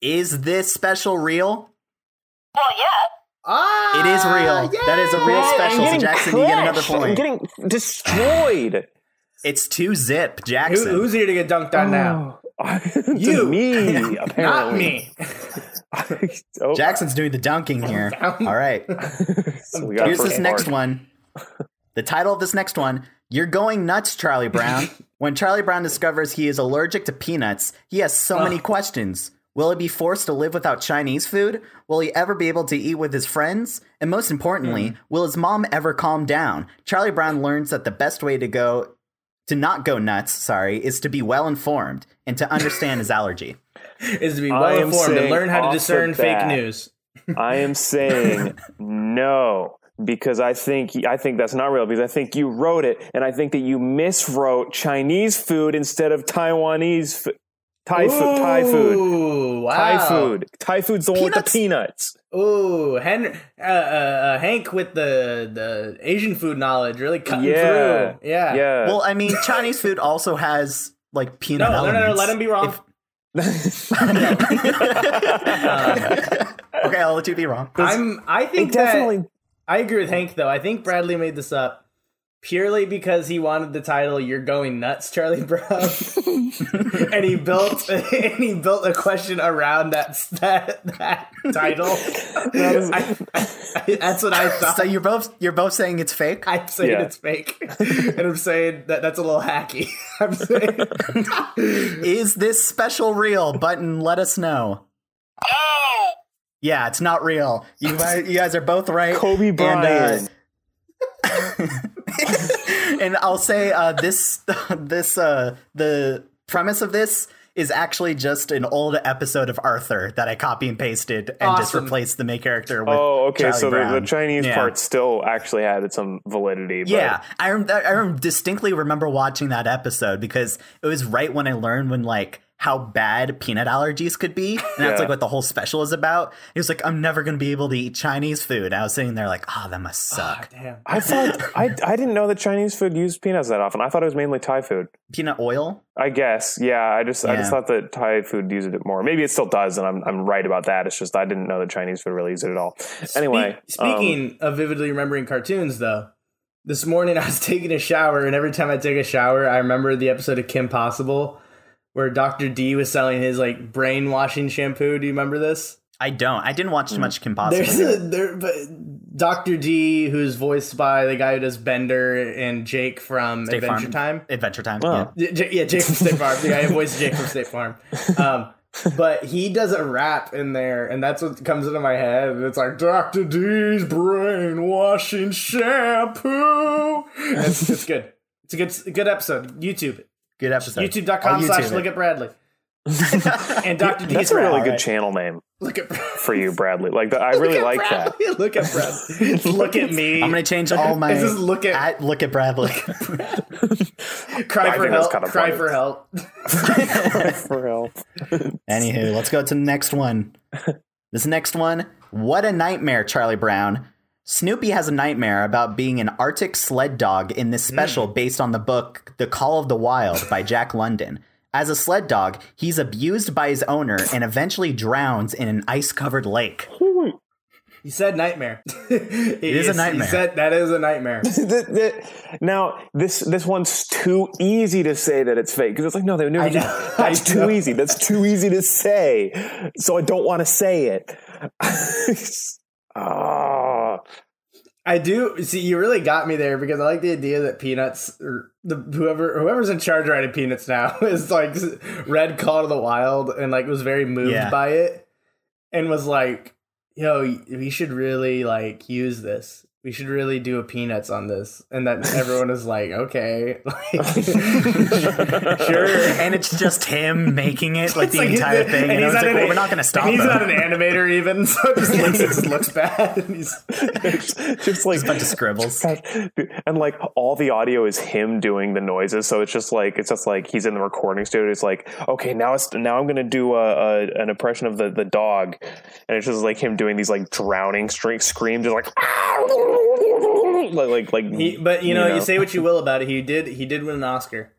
Speaker 1: Is this special real?
Speaker 5: Well, yeah.
Speaker 3: Ah,
Speaker 1: It is real. That is a real
Speaker 2: Right, I'm
Speaker 1: special. So
Speaker 2: getting
Speaker 1: Jackson, you get another
Speaker 2: crushed. I'm
Speaker 1: point.
Speaker 2: getting destroyed.
Speaker 1: It's two zip,
Speaker 3: Who,
Speaker 1: Jackson.
Speaker 3: who's here to get dunked on now?
Speaker 2: Oh. to
Speaker 3: You.
Speaker 2: me,
Speaker 3: Not
Speaker 2: apparently.
Speaker 3: me.
Speaker 2: oh,
Speaker 1: Jackson's doing the dunking here. All right.
Speaker 2: so we got
Speaker 1: Here's
Speaker 2: first
Speaker 1: this next
Speaker 2: mark.
Speaker 1: one. The title of this next one You're Going Nuts, Charlie Brown. when Charlie Brown discovers he is allergic to peanuts, he has so many questions. Will he be forced to live without Chinese food? Will he ever be able to eat with his friends? And most
Speaker 3: Mm-hmm.
Speaker 1: importantly, will his mom ever calm down? Charlie Brown learns that the best way to go to not go nuts, sorry, is to be well informed and to understand his allergy.
Speaker 3: Is to be
Speaker 2: I
Speaker 3: well
Speaker 2: am
Speaker 3: informed and
Speaker 2: saying
Speaker 3: learn how
Speaker 2: off
Speaker 3: to
Speaker 2: the
Speaker 3: discern fake
Speaker 2: bat.
Speaker 3: news.
Speaker 2: I am saying no because I think I think that's not real because I think you wrote it and I think that you miswrote Chinese food instead of Taiwanese food. Thai food, Thai food,
Speaker 3: Ooh, wow.
Speaker 2: Thai food. Thai food's the one with the
Speaker 1: Peanuts?
Speaker 2: peanuts.
Speaker 3: Ooh, Hen- uh, uh, uh, Hank with the, the Asian food knowledge really cutting
Speaker 2: Yeah,
Speaker 3: through. Yeah.
Speaker 2: yeah.
Speaker 1: Well, I mean, Chinese food also has like
Speaker 3: No,
Speaker 1: peanut
Speaker 3: no, no, no,
Speaker 1: elements.
Speaker 3: let him be wrong.
Speaker 1: If- okay, I'll let you be wrong.
Speaker 3: I'm, I think
Speaker 2: It definitely.
Speaker 3: that, I agree with Hank though. I think Bradley made this up purely because he wanted the title "You're Going Nuts, Charlie Brown," and he built and he built a question around that that, that title.
Speaker 2: is-
Speaker 3: I, I, that's what I thought.
Speaker 1: So you're both you're both saying it's fake.
Speaker 3: I'm saying
Speaker 2: Yeah.
Speaker 3: it's fake, and I'm saying that that's a little hacky. I'm saying
Speaker 1: Is this special real? Button, let us know.
Speaker 2: Oh!
Speaker 5: No.
Speaker 1: Yeah, it's not real. You guys, you guys are both right.
Speaker 2: Kobe
Speaker 1: uh,
Speaker 2: Bryant.
Speaker 1: and I'll say uh, this this uh, the premise of this is actually just an old episode of Arthur that I copy and pasted and just
Speaker 3: Awesome.
Speaker 1: replaced the main character with.
Speaker 2: Oh, okay.
Speaker 1: Charlie
Speaker 2: so the, the
Speaker 1: Brown.
Speaker 2: Chinese
Speaker 1: Yeah.
Speaker 2: part still actually had some validity. But
Speaker 1: Yeah, I rem- I rem- distinctly remember watching that episode because it was right when I learned when like how bad peanut allergies could be, and that's
Speaker 2: Yeah.
Speaker 1: like what the whole special is about. It was like I'm never gonna be able to eat Chinese food. I was sitting there like, oh, that must suck.
Speaker 3: damn.
Speaker 2: I thought I I didn't know that Chinese food used peanuts that often. I thought it was mainly Thai food.
Speaker 1: Peanut oil.
Speaker 2: I guess, yeah. I just I just
Speaker 1: Yeah.
Speaker 2: thought that Thai food used it more. Maybe it still does, and I'm I'm right about that. It's just I didn't know that Chinese food really used it at all. Anyway,
Speaker 3: Spe- speaking
Speaker 1: um,
Speaker 3: of vividly remembering cartoons, though, this morning I was taking a shower, and every time I take a shower, I remember the episode of Kim Possible where Dr. D was selling his like brainwashing shampoo. Do you remember this?
Speaker 1: I don't. I didn't watch too much Kim
Speaker 3: There's
Speaker 1: Possible.
Speaker 3: a, there, but Dr. D, who's voiced by the guy who does Bender and Jake from
Speaker 1: State Farm.
Speaker 3: Adventure Time.
Speaker 1: Adventure Time.
Speaker 2: Oh.
Speaker 1: yeah.
Speaker 3: Yeah, J- yeah, Jake from State Farm. Yeah, I voiced Jake from State Farm. Um, but he does a rap in there, and that's what comes into my head. And it's like Dr. D's brainwashing shampoo. It's, it's good. It's a good, good episode. YouTube.
Speaker 1: Good episode.
Speaker 3: YouTube.com
Speaker 1: I'll
Speaker 3: slash
Speaker 1: YouTube it.
Speaker 3: look at Bradley. and Dr. D's
Speaker 2: That's a really
Speaker 3: Rally.
Speaker 2: good channel name
Speaker 3: Look at Brad.
Speaker 2: for you, Bradley. Like I really like that.
Speaker 3: Bradley. Look at Brad. look at me.
Speaker 1: I'm gonna change all my
Speaker 3: This is look at-
Speaker 1: look at Bradley.
Speaker 3: cry
Speaker 2: I
Speaker 3: for
Speaker 2: think that's
Speaker 3: help.
Speaker 2: kinda
Speaker 3: Cry
Speaker 2: funny.
Speaker 3: for help.
Speaker 2: For help.
Speaker 1: Anywho, let's go to the next one. This next one, what a nightmare, Charlie Brown. Snoopy has a nightmare about being an Arctic sled dog in this special
Speaker 3: Hmm.
Speaker 1: based on the book The Call of the Wild by Jack London. As a sled dog, he's abused by his owner and eventually drowns in an ice covered lake.
Speaker 3: You said nightmare. it
Speaker 1: is a
Speaker 3: you
Speaker 1: nightmare.
Speaker 3: said- that is a nightmare.
Speaker 2: Th- th- now this this one's too easy to say that it's fake because it's like no they would never.
Speaker 3: I
Speaker 2: do-
Speaker 3: know.
Speaker 2: That's
Speaker 3: I
Speaker 2: too
Speaker 3: know.
Speaker 2: easy. That's too easy to say. So I don't want to say it. Ah.
Speaker 3: I do see you really got me there because I like the idea that peanuts or the whoever whoever's in charge writing peanuts now is like read Call to the Wild and like was very moved
Speaker 1: Yeah.
Speaker 3: by it and was like, yo, we should really like use this. We should really do a peanuts on this. And then everyone is like, okay. Like, sure.
Speaker 1: And it's just him making it like
Speaker 3: It's
Speaker 1: the
Speaker 3: like he's-
Speaker 1: entire thing. And, I was like,
Speaker 3: an-
Speaker 1: well, we're not going to stop
Speaker 3: and He's
Speaker 1: him.
Speaker 3: not an animator even, so it just looks, it just looks bad. And he's,
Speaker 2: just like
Speaker 1: Just a bunch of scribbles.
Speaker 2: and like all the audio is him doing the noises so it's just like it's just like he's in the recording studio it's like okay now it's now i'm gonna do a, a an impression of the the dog and it's just like him doing these like drowning string screams just like like like, like
Speaker 3: he, but you know, you say what you will about it. He did. He did win an Oscar.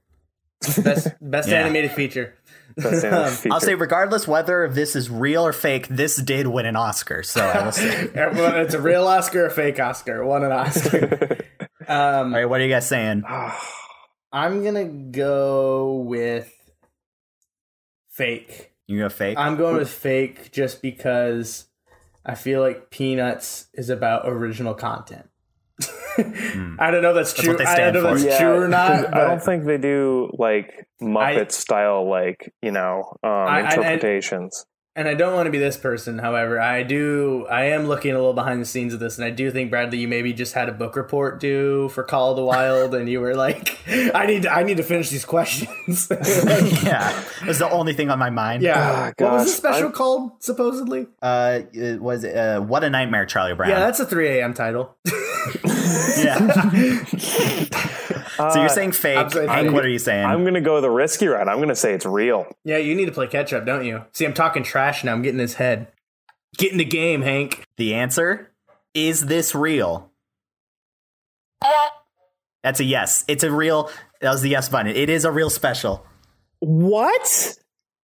Speaker 3: Best best
Speaker 1: Yeah.
Speaker 3: animated feature.
Speaker 2: That's the
Speaker 3: Um,
Speaker 2: feature.
Speaker 1: I'll say, regardless whether this is real or fake, this did win an Oscar. So I will say.
Speaker 3: Everyone- Er, it's a real Oscar, a fake Oscar. Won an Oscar. Um,
Speaker 1: All right, what are you guys saying?
Speaker 3: I'm gonna go with fake.
Speaker 1: You go fake.
Speaker 3: I'm going with fake just because I feel like Peanuts is about original content. I don't know if that's true.
Speaker 1: what they
Speaker 3: I don't
Speaker 1: stand
Speaker 3: know if that's
Speaker 1: for.
Speaker 2: Yeah,
Speaker 3: true or not.
Speaker 2: 'cause I don't
Speaker 3: but-
Speaker 2: think they do like Muppet style, like you know, um,
Speaker 3: I- I-
Speaker 2: interpretations.
Speaker 3: and I don't want to be this person. However, I do. I am looking a little behind the scenes of this, and I do think Bradley, you maybe just had a book report due for Call of the Wild, and you were like, "I need, to, I need to finish these questions." Like,
Speaker 1: yeah, it was the only thing on my mind.
Speaker 3: yeah. what was the
Speaker 2: Ah, gosh,
Speaker 3: special
Speaker 2: I'm-
Speaker 3: called? Supposedly.
Speaker 1: Uh, it was uh, what a nightmare, Charlie Brown.
Speaker 3: yeah, that's a 3 a.m. title.
Speaker 1: Yeah. so you're saying
Speaker 3: I'm
Speaker 1: fake?
Speaker 3: saying
Speaker 1: Hank,
Speaker 3: fake.
Speaker 1: what are you saying?
Speaker 2: I'm gonna go the risky route. I'm gonna say it's real.
Speaker 3: yeah, you need to play catch up, don't you? See, I'm talking trash now. I'm getting his head. Get in the game, Hank.
Speaker 1: the answer is this real?
Speaker 5: Yeah.
Speaker 1: That's a yes. It's a real. That was the yes button. It is a real special.
Speaker 2: What?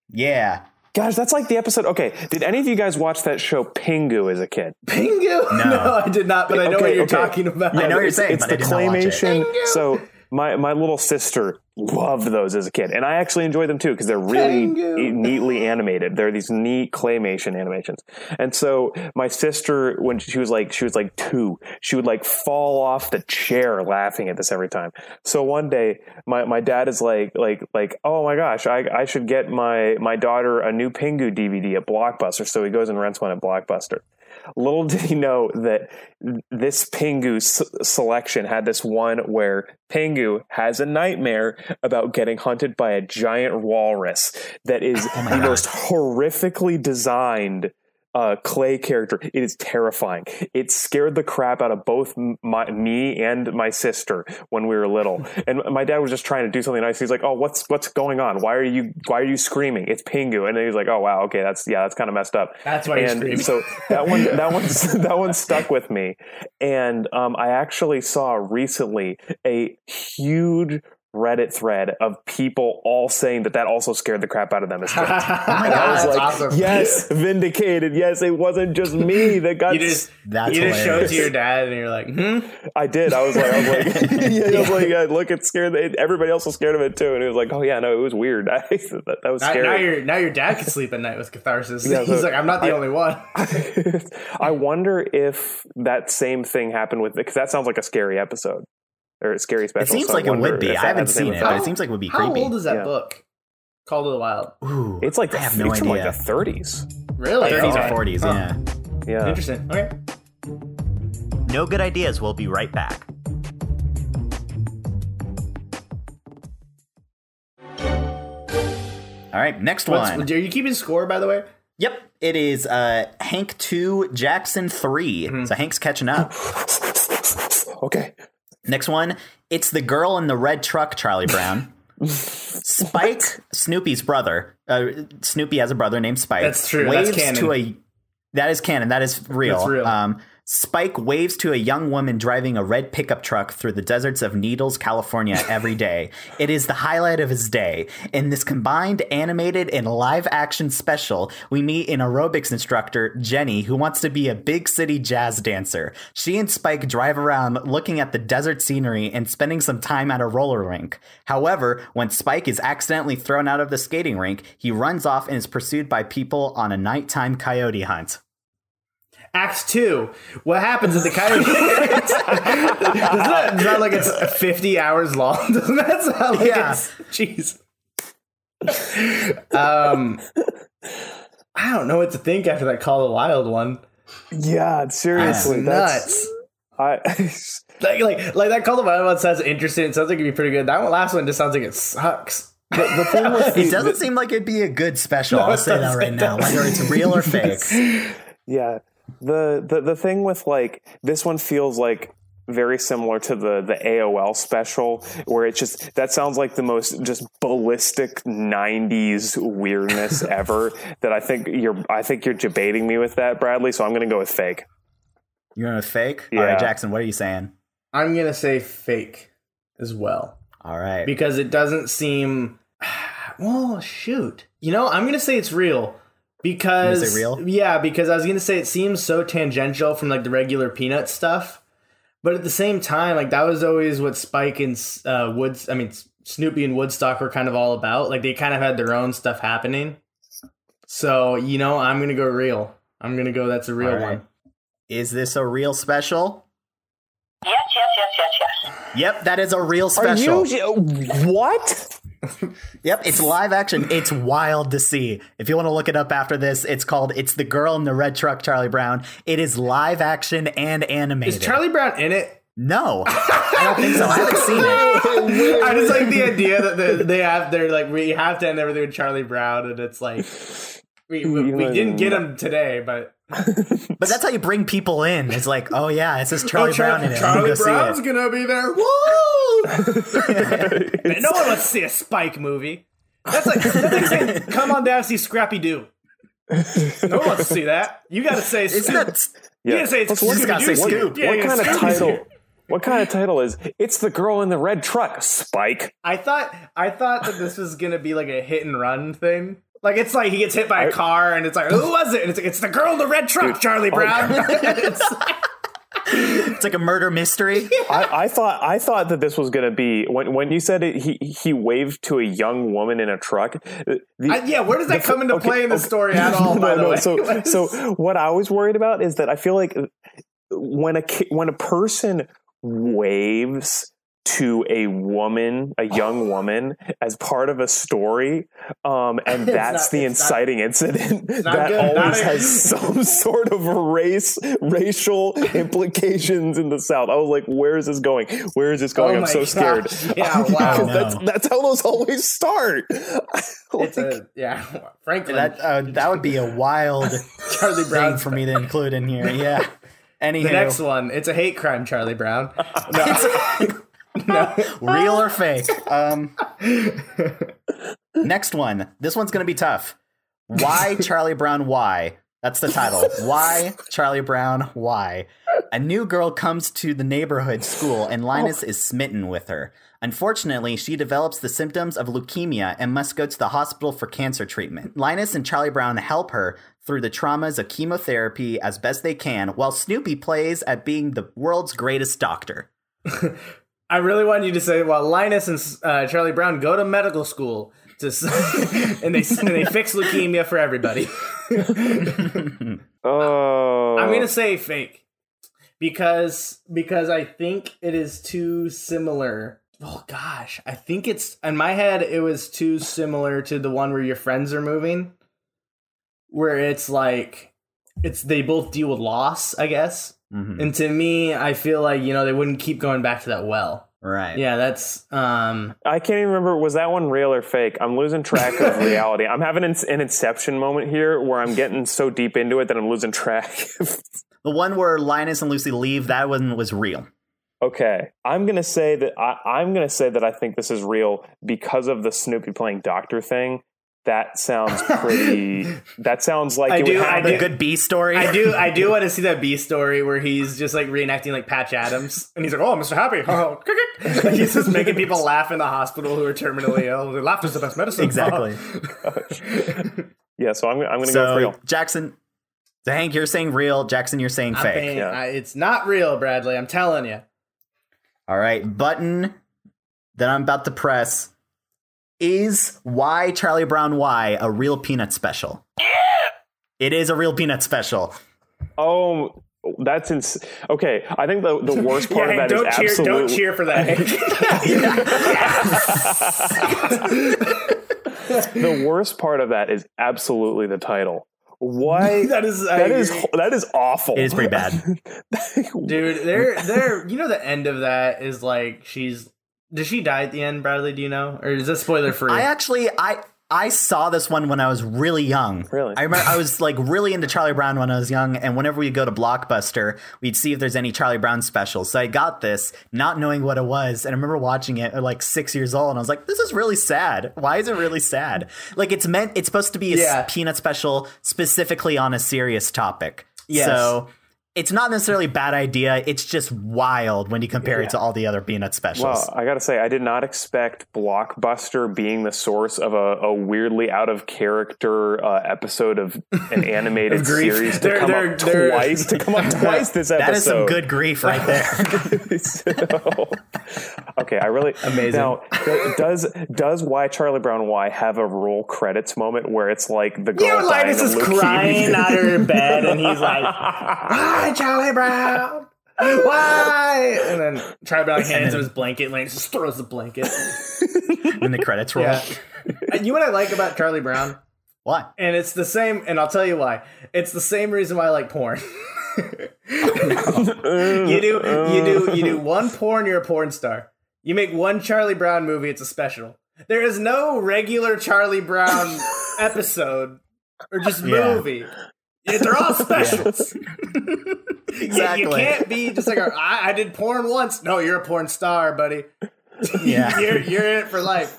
Speaker 1: Yeah.
Speaker 2: Gosh, that's like the episode. Okay, did any of you guys watch that show Pingu as a kid?
Speaker 3: Pingu? No, I did not, but I know
Speaker 2: Okay,
Speaker 3: what you're
Speaker 2: okay.
Speaker 3: talking about.
Speaker 1: I know what you're
Speaker 2: it's,
Speaker 1: saying,
Speaker 2: It's
Speaker 1: but I
Speaker 2: the
Speaker 1: did not watch it.
Speaker 2: claymation. So my my little sister loved those as a kid, and I actually enjoyed them too because they're really e,
Speaker 3: Kangaroo.
Speaker 2: neatly animated. They're these neat claymation animations. And so my sister, when she was like she was like two, she would like fall off the chair laughing at this every time. So one day, my, my dad is like like like oh my gosh, I I should get my my daughter a new Pingu DVD at Blockbuster. So he goes and rents one at Blockbuster. Little did he know that this Pingu s- selection had this one where Pingu has a nightmare about getting hunted by a giant walrus that is the most horrifically designed uh, clay character. It is terrifying. It scared the crap out of both m- my, me and my sister when we were little. And my dad was just trying to do something nice. He's like, "Oh, what's what's going on? Why are you why are you screaming? It's Pingu." And then he's like, "Oh wow, okay, that's yeah, that's kind of messed up."
Speaker 3: That's why you
Speaker 2: and
Speaker 3: scream.
Speaker 2: so that one that one that one stuck with me and um, i actually saw recently a huge reddit thread of people all saying that that also scared the crap out of them as kids.
Speaker 3: my
Speaker 2: oh I was
Speaker 3: that's
Speaker 2: like,
Speaker 3: awesome.
Speaker 2: yes, vindicated. Yes, it wasn't just me that got.
Speaker 3: You just
Speaker 1: That's
Speaker 3: you just show it
Speaker 1: hilarious.
Speaker 3: to your dad and you're like, hmm?
Speaker 2: I did. I was like, I was like, yeah, I was like, yeah, look, it's scared. It, everybody else was scared of it too, and it was like, oh yeah, no, it was weird. that, that was
Speaker 3: Now,
Speaker 2: scary.
Speaker 3: now your now your dad can sleep at night with catharsis.
Speaker 2: Yeah,
Speaker 3: He's
Speaker 2: so
Speaker 3: like, I'm not the
Speaker 2: I-
Speaker 3: only one.
Speaker 2: I wonder if that same thing happened with because that sounds like a scary episode or a scary
Speaker 1: It
Speaker 2: special.
Speaker 1: seems
Speaker 2: so I
Speaker 1: like it
Speaker 2: wonder
Speaker 1: would
Speaker 2: if
Speaker 1: be.
Speaker 2: that
Speaker 1: I haven't
Speaker 2: had the same
Speaker 1: seen it,
Speaker 2: effect.
Speaker 1: but it seems like it would be
Speaker 3: How
Speaker 1: creepy.
Speaker 3: old is that
Speaker 2: Yeah.
Speaker 3: book? Call to the Wild.
Speaker 1: Ooh,
Speaker 2: It's like the,
Speaker 1: I have no
Speaker 2: it's from like
Speaker 1: idea.
Speaker 2: the 30s.
Speaker 3: Really?
Speaker 1: 30s
Speaker 3: Okay.
Speaker 1: or 40s.
Speaker 3: Huh.
Speaker 1: Yeah.
Speaker 2: Yeah.
Speaker 3: Interesting. Okay.
Speaker 4: No Good Ideas will be right back.
Speaker 1: All All right, next
Speaker 3: What's-
Speaker 1: one.
Speaker 3: Are you keeping score, by the way?
Speaker 1: Yep, it is uh, Hank two, Jackson 3 So Hank's catching up.
Speaker 2: Okay.
Speaker 1: Next one, it's the girl in the red truck, Charlie Brown. Spike, Snoopy's brother. Uh, Snoopy has a brother named Spike.
Speaker 3: That's true, that's
Speaker 1: Waves
Speaker 3: canon.
Speaker 1: to a that is canon. That is real.
Speaker 3: That's real.
Speaker 1: Um, Spike waves to a young woman driving a red pickup truck through the deserts of Needles, California, every day. it is the highlight of his day. In this combined animated and live action special, we meet an aerobics instructor, Jenny, who wants to be a big city jazz dancer. She and Spike drive around looking at the desert scenery and spending some time at a roller rink. However, when Spike is accidentally thrown out of the skating rink, he runs off and is pursued by people on a nighttime coyote hunt.
Speaker 3: Act two. What happens at the coyote? Doesn't that does that like it's fifty hours long? Doesn't that sound like
Speaker 1: Yeah.
Speaker 3: it's jeez? Um, I don't know what to think after that Call of the Wild one.
Speaker 2: Yeah, seriously. that's
Speaker 3: Nuts.
Speaker 2: I
Speaker 3: Like, like, like that Call of the Wild one sounds interesting. It sounds like it'd be pretty good. That one, last one, just sounds like it sucks.
Speaker 2: the thing with the,
Speaker 1: It
Speaker 2: the-
Speaker 1: doesn't seem like it'd be a good special. I'll
Speaker 3: it
Speaker 1: say that
Speaker 3: doesn't.
Speaker 1: right now, whether it's real or fake.
Speaker 2: yeah the, the the thing with like this one feels like very similar to the the AOL special where it's just that sounds like the most just ballistic 90s weirdness ever that I think you're I think you're debating me with that Bradley so I'm going to go with fake.
Speaker 1: You're gonna fake?
Speaker 2: Yeah.
Speaker 1: All right, Jackson, what are you saying?
Speaker 3: I'm gonna say fake as well.
Speaker 1: All right.
Speaker 3: because it doesn't seem well shoot you know i'm gonna say it's real because
Speaker 1: say real?
Speaker 3: yeah because i was gonna say it seems so tangential from like the regular peanut stuff but at the same time like that was always what spike and uh, woods i mean snoopy and woodstock were kind of all about like they kind of had their own stuff happening so you know i'm gonna go real i'm gonna go that's a real
Speaker 1: All right.
Speaker 3: one
Speaker 1: Is this a real special?
Speaker 5: Yes, yes, yes, yes, yes.
Speaker 1: Yep, that is a real special.
Speaker 2: what?
Speaker 1: Yep, it's live action. It's wild to see. If you want to look it up after this, it's called It's the Girl in the Red Truck, Charlie Brown. It is live action and animated.
Speaker 3: is charlie brown in it
Speaker 1: No. I don't think so. I haven't seen it.
Speaker 3: I just like the idea that they, they have they're like we have to end everything with Charlie Brown, and it's like we we, we didn't get him today, but
Speaker 1: But that's how you bring people in. It's like, oh yeah, it says Charlie
Speaker 3: Oh, Char-
Speaker 1: Brown in it. I'm
Speaker 3: Charlie
Speaker 1: gonna go see
Speaker 3: Brown's
Speaker 1: it.
Speaker 3: gonna be there. Woo! Man, no one wants to see a Spike movie. That's like, that's like saying, come on down and see Scrappy Doo. No one wants to see that. You gotta say
Speaker 1: Isn't
Speaker 3: Scoop.
Speaker 1: that
Speaker 2: Yeah.
Speaker 3: You gotta say it's
Speaker 2: Let's look
Speaker 1: just gotta
Speaker 2: at
Speaker 1: say
Speaker 2: what-
Speaker 1: Scoop.
Speaker 2: What,
Speaker 3: Yeah, yeah,
Speaker 2: kind of
Speaker 3: Scoop is
Speaker 2: title?
Speaker 3: here.
Speaker 2: What kind of title is it's the girl in the red truck Spike?
Speaker 3: I thought I thought that this was gonna be like a hit and run thing. Like it's like he gets hit by a car and it's like who was it? And it's like it's the girl in the red truck,
Speaker 2: oh,
Speaker 3: Charlie Brown. It's-
Speaker 1: it's like a murder mystery?
Speaker 2: I, I thought I thought that this was going to be when when you said it, he he waved to a young woman in a truck. uh, the-
Speaker 3: I- yeah, where does that
Speaker 2: the-
Speaker 3: come into
Speaker 2: okay,
Speaker 3: play in the
Speaker 2: okay.
Speaker 3: story at all?
Speaker 2: No,
Speaker 3: by the
Speaker 2: no,
Speaker 3: way,
Speaker 2: So
Speaker 3: Let's-
Speaker 2: so what I was worried about is that I feel like when a ki- when a person waves to a woman, a young woman, as part of a story, um, and that's
Speaker 3: not-
Speaker 2: the
Speaker 3: it's not-
Speaker 2: inciting incident,
Speaker 3: not
Speaker 2: that
Speaker 3: good. Not
Speaker 2: always
Speaker 3: a-
Speaker 2: has some sort of race racial implications in the South. I was like, where is this going? Where is this going?
Speaker 3: Oh
Speaker 2: I'm
Speaker 3: my
Speaker 2: so scared.
Speaker 3: gosh. Yeah, wow.
Speaker 1: No.
Speaker 2: that's that's how those always start.
Speaker 3: It's a, yeah, Franklin,
Speaker 1: That uh, that would be a wild
Speaker 3: Charlie
Speaker 1: thing
Speaker 3: Brown.
Speaker 1: for me to include in here. Yeah. Anywho,
Speaker 3: The next one, it's a hate crime, Charlie Brown. No,
Speaker 1: real or fake? Ah. Um, next one. This one's gonna be tough. Why Charlie Brown? Why? That's the title. Why Charlie Brown? Why? A new girl comes to the neighborhood school, and Linus is smitten with her. Unfortunately, she develops the symptoms of leukemia and must go to the hospital for cancer treatment. Linus and Charlie Brown help her through the traumas of chemotherapy as best they can, while Snoopy plays at being the world's greatest doctor.
Speaker 3: I really wanted you to say, well, Linus and uh, Charlie Brown go to medical school to, s- and they and they fix leukemia for everybody.
Speaker 1: Mm-hmm.
Speaker 2: Oh,
Speaker 3: I'm gonna say fake because because I think it is too similar. Oh gosh, I think it's in my head. It was too similar to the one where your friends are moving, where it's like it's they both deal with loss, I guess.
Speaker 1: Mhm.
Speaker 3: And to me, I feel like you know they wouldn't keep going back to that well.
Speaker 1: Right.
Speaker 3: Yeah, that's um
Speaker 2: I can't even remember. Was that one real or fake? I'm losing track of reality. I'm having an, an inception moment here where I'm getting so deep into it that I'm losing track.
Speaker 1: The one where Linus and Lucy leave, that one was real.
Speaker 2: okay, I'm gonna say that I, I'm gonna say that I think this is real because of the Snoopy playing doctor thing. That sounds pretty. that sounds like
Speaker 3: I
Speaker 2: it
Speaker 3: do-
Speaker 2: would
Speaker 3: I
Speaker 2: happen.
Speaker 1: The
Speaker 3: do-
Speaker 1: good B story.
Speaker 3: I do I do want to see that B story where he's just like reenacting like Patch Adams and he's like, Oh, Mr. Happy. oh, crick, crick." like he's just making people laugh in the hospital who are terminally ill. Like, Laughter's the best medicine.
Speaker 1: Exactly.
Speaker 2: Yeah, so I'm, I'm gonna go
Speaker 1: so
Speaker 2: for real.
Speaker 1: Jackson, so Hank, you're saying real. Jackson, you're saying
Speaker 3: I
Speaker 1: fake.
Speaker 3: think-
Speaker 2: yeah.
Speaker 3: I- it's not real, Bradley. I'm telling you.
Speaker 1: All right, button that I'm about to press is why Charlie Brown Why a real peanut special? It is a real peanut special.
Speaker 2: Oh, that's ins- okay. I think the the worst part
Speaker 3: Yeah,
Speaker 2: of that is
Speaker 3: don't cheer!
Speaker 2: absolutely.
Speaker 3: Don't cheer for that.
Speaker 2: The worst part of that is absolutely the title. Why?
Speaker 3: that is I
Speaker 2: that is
Speaker 3: agree.
Speaker 2: that is awful.
Speaker 1: It is pretty bad.
Speaker 3: dude. There, there. You know, the end of that is like she's. Does she die at the end, Bradley? Do you know, or is this spoiler free?
Speaker 1: I actually I I saw this one when I was really young.
Speaker 2: Really?
Speaker 1: I remember I was like really into Charlie Brown when I was young, and whenever we go to Blockbuster, we'd see if there's any Charlie Brown specials. So I got this, not knowing what it was, and I remember watching it at like six years old, and I was like, "This is really sad. Why is it really sad? Like it's meant it's supposed to be a s-
Speaker 3: Yeah.
Speaker 1: peanut special specifically on a serious topic.
Speaker 3: Yes.
Speaker 1: So it's not necessarily a bad idea. It's just wild when you compare it to all the other peanut specials.
Speaker 2: Wow, uh, I gotta say, I did not expect Blockbuster being the source of a, a weirdly out of character uh, episode of an animated
Speaker 3: grief.
Speaker 2: series to
Speaker 3: They're-
Speaker 2: come
Speaker 3: they're-
Speaker 2: up
Speaker 3: they're-
Speaker 2: twice. To come up twice this episode.
Speaker 1: that is some good grief right there.
Speaker 2: So- okay, I really
Speaker 3: Amazing.
Speaker 2: Now, th- does does why Charlie Brown why have a roll credits moment where it's like the girl
Speaker 3: you know,
Speaker 2: Oh, dying
Speaker 3: Linus
Speaker 2: of
Speaker 3: is
Speaker 2: leukemia?
Speaker 3: crying uh, out of her bed, and he's like, "Why, Charlie Brown? Why?" And then Charlie Brown hands him his blanket, and Linus just throws the blanket.
Speaker 1: when the credits roll.
Speaker 3: Yeah. And you know what I like about Charlie Brown?
Speaker 1: Why?
Speaker 3: And it's the same, and I'll tell you why. It's the same reason why I like porn. you do, you do, you do one porn. You're a porn star. You make one Charlie Brown movie. It's a special. There is no regular Charlie Brown episode or just
Speaker 1: Yeah.
Speaker 3: movie. Yeah, They're all specials.
Speaker 1: Exactly.
Speaker 3: You, you can't be just like "Oh, I, I did porn once. No, you're a porn star, buddy.
Speaker 1: Yeah.
Speaker 3: You're you're in it for life.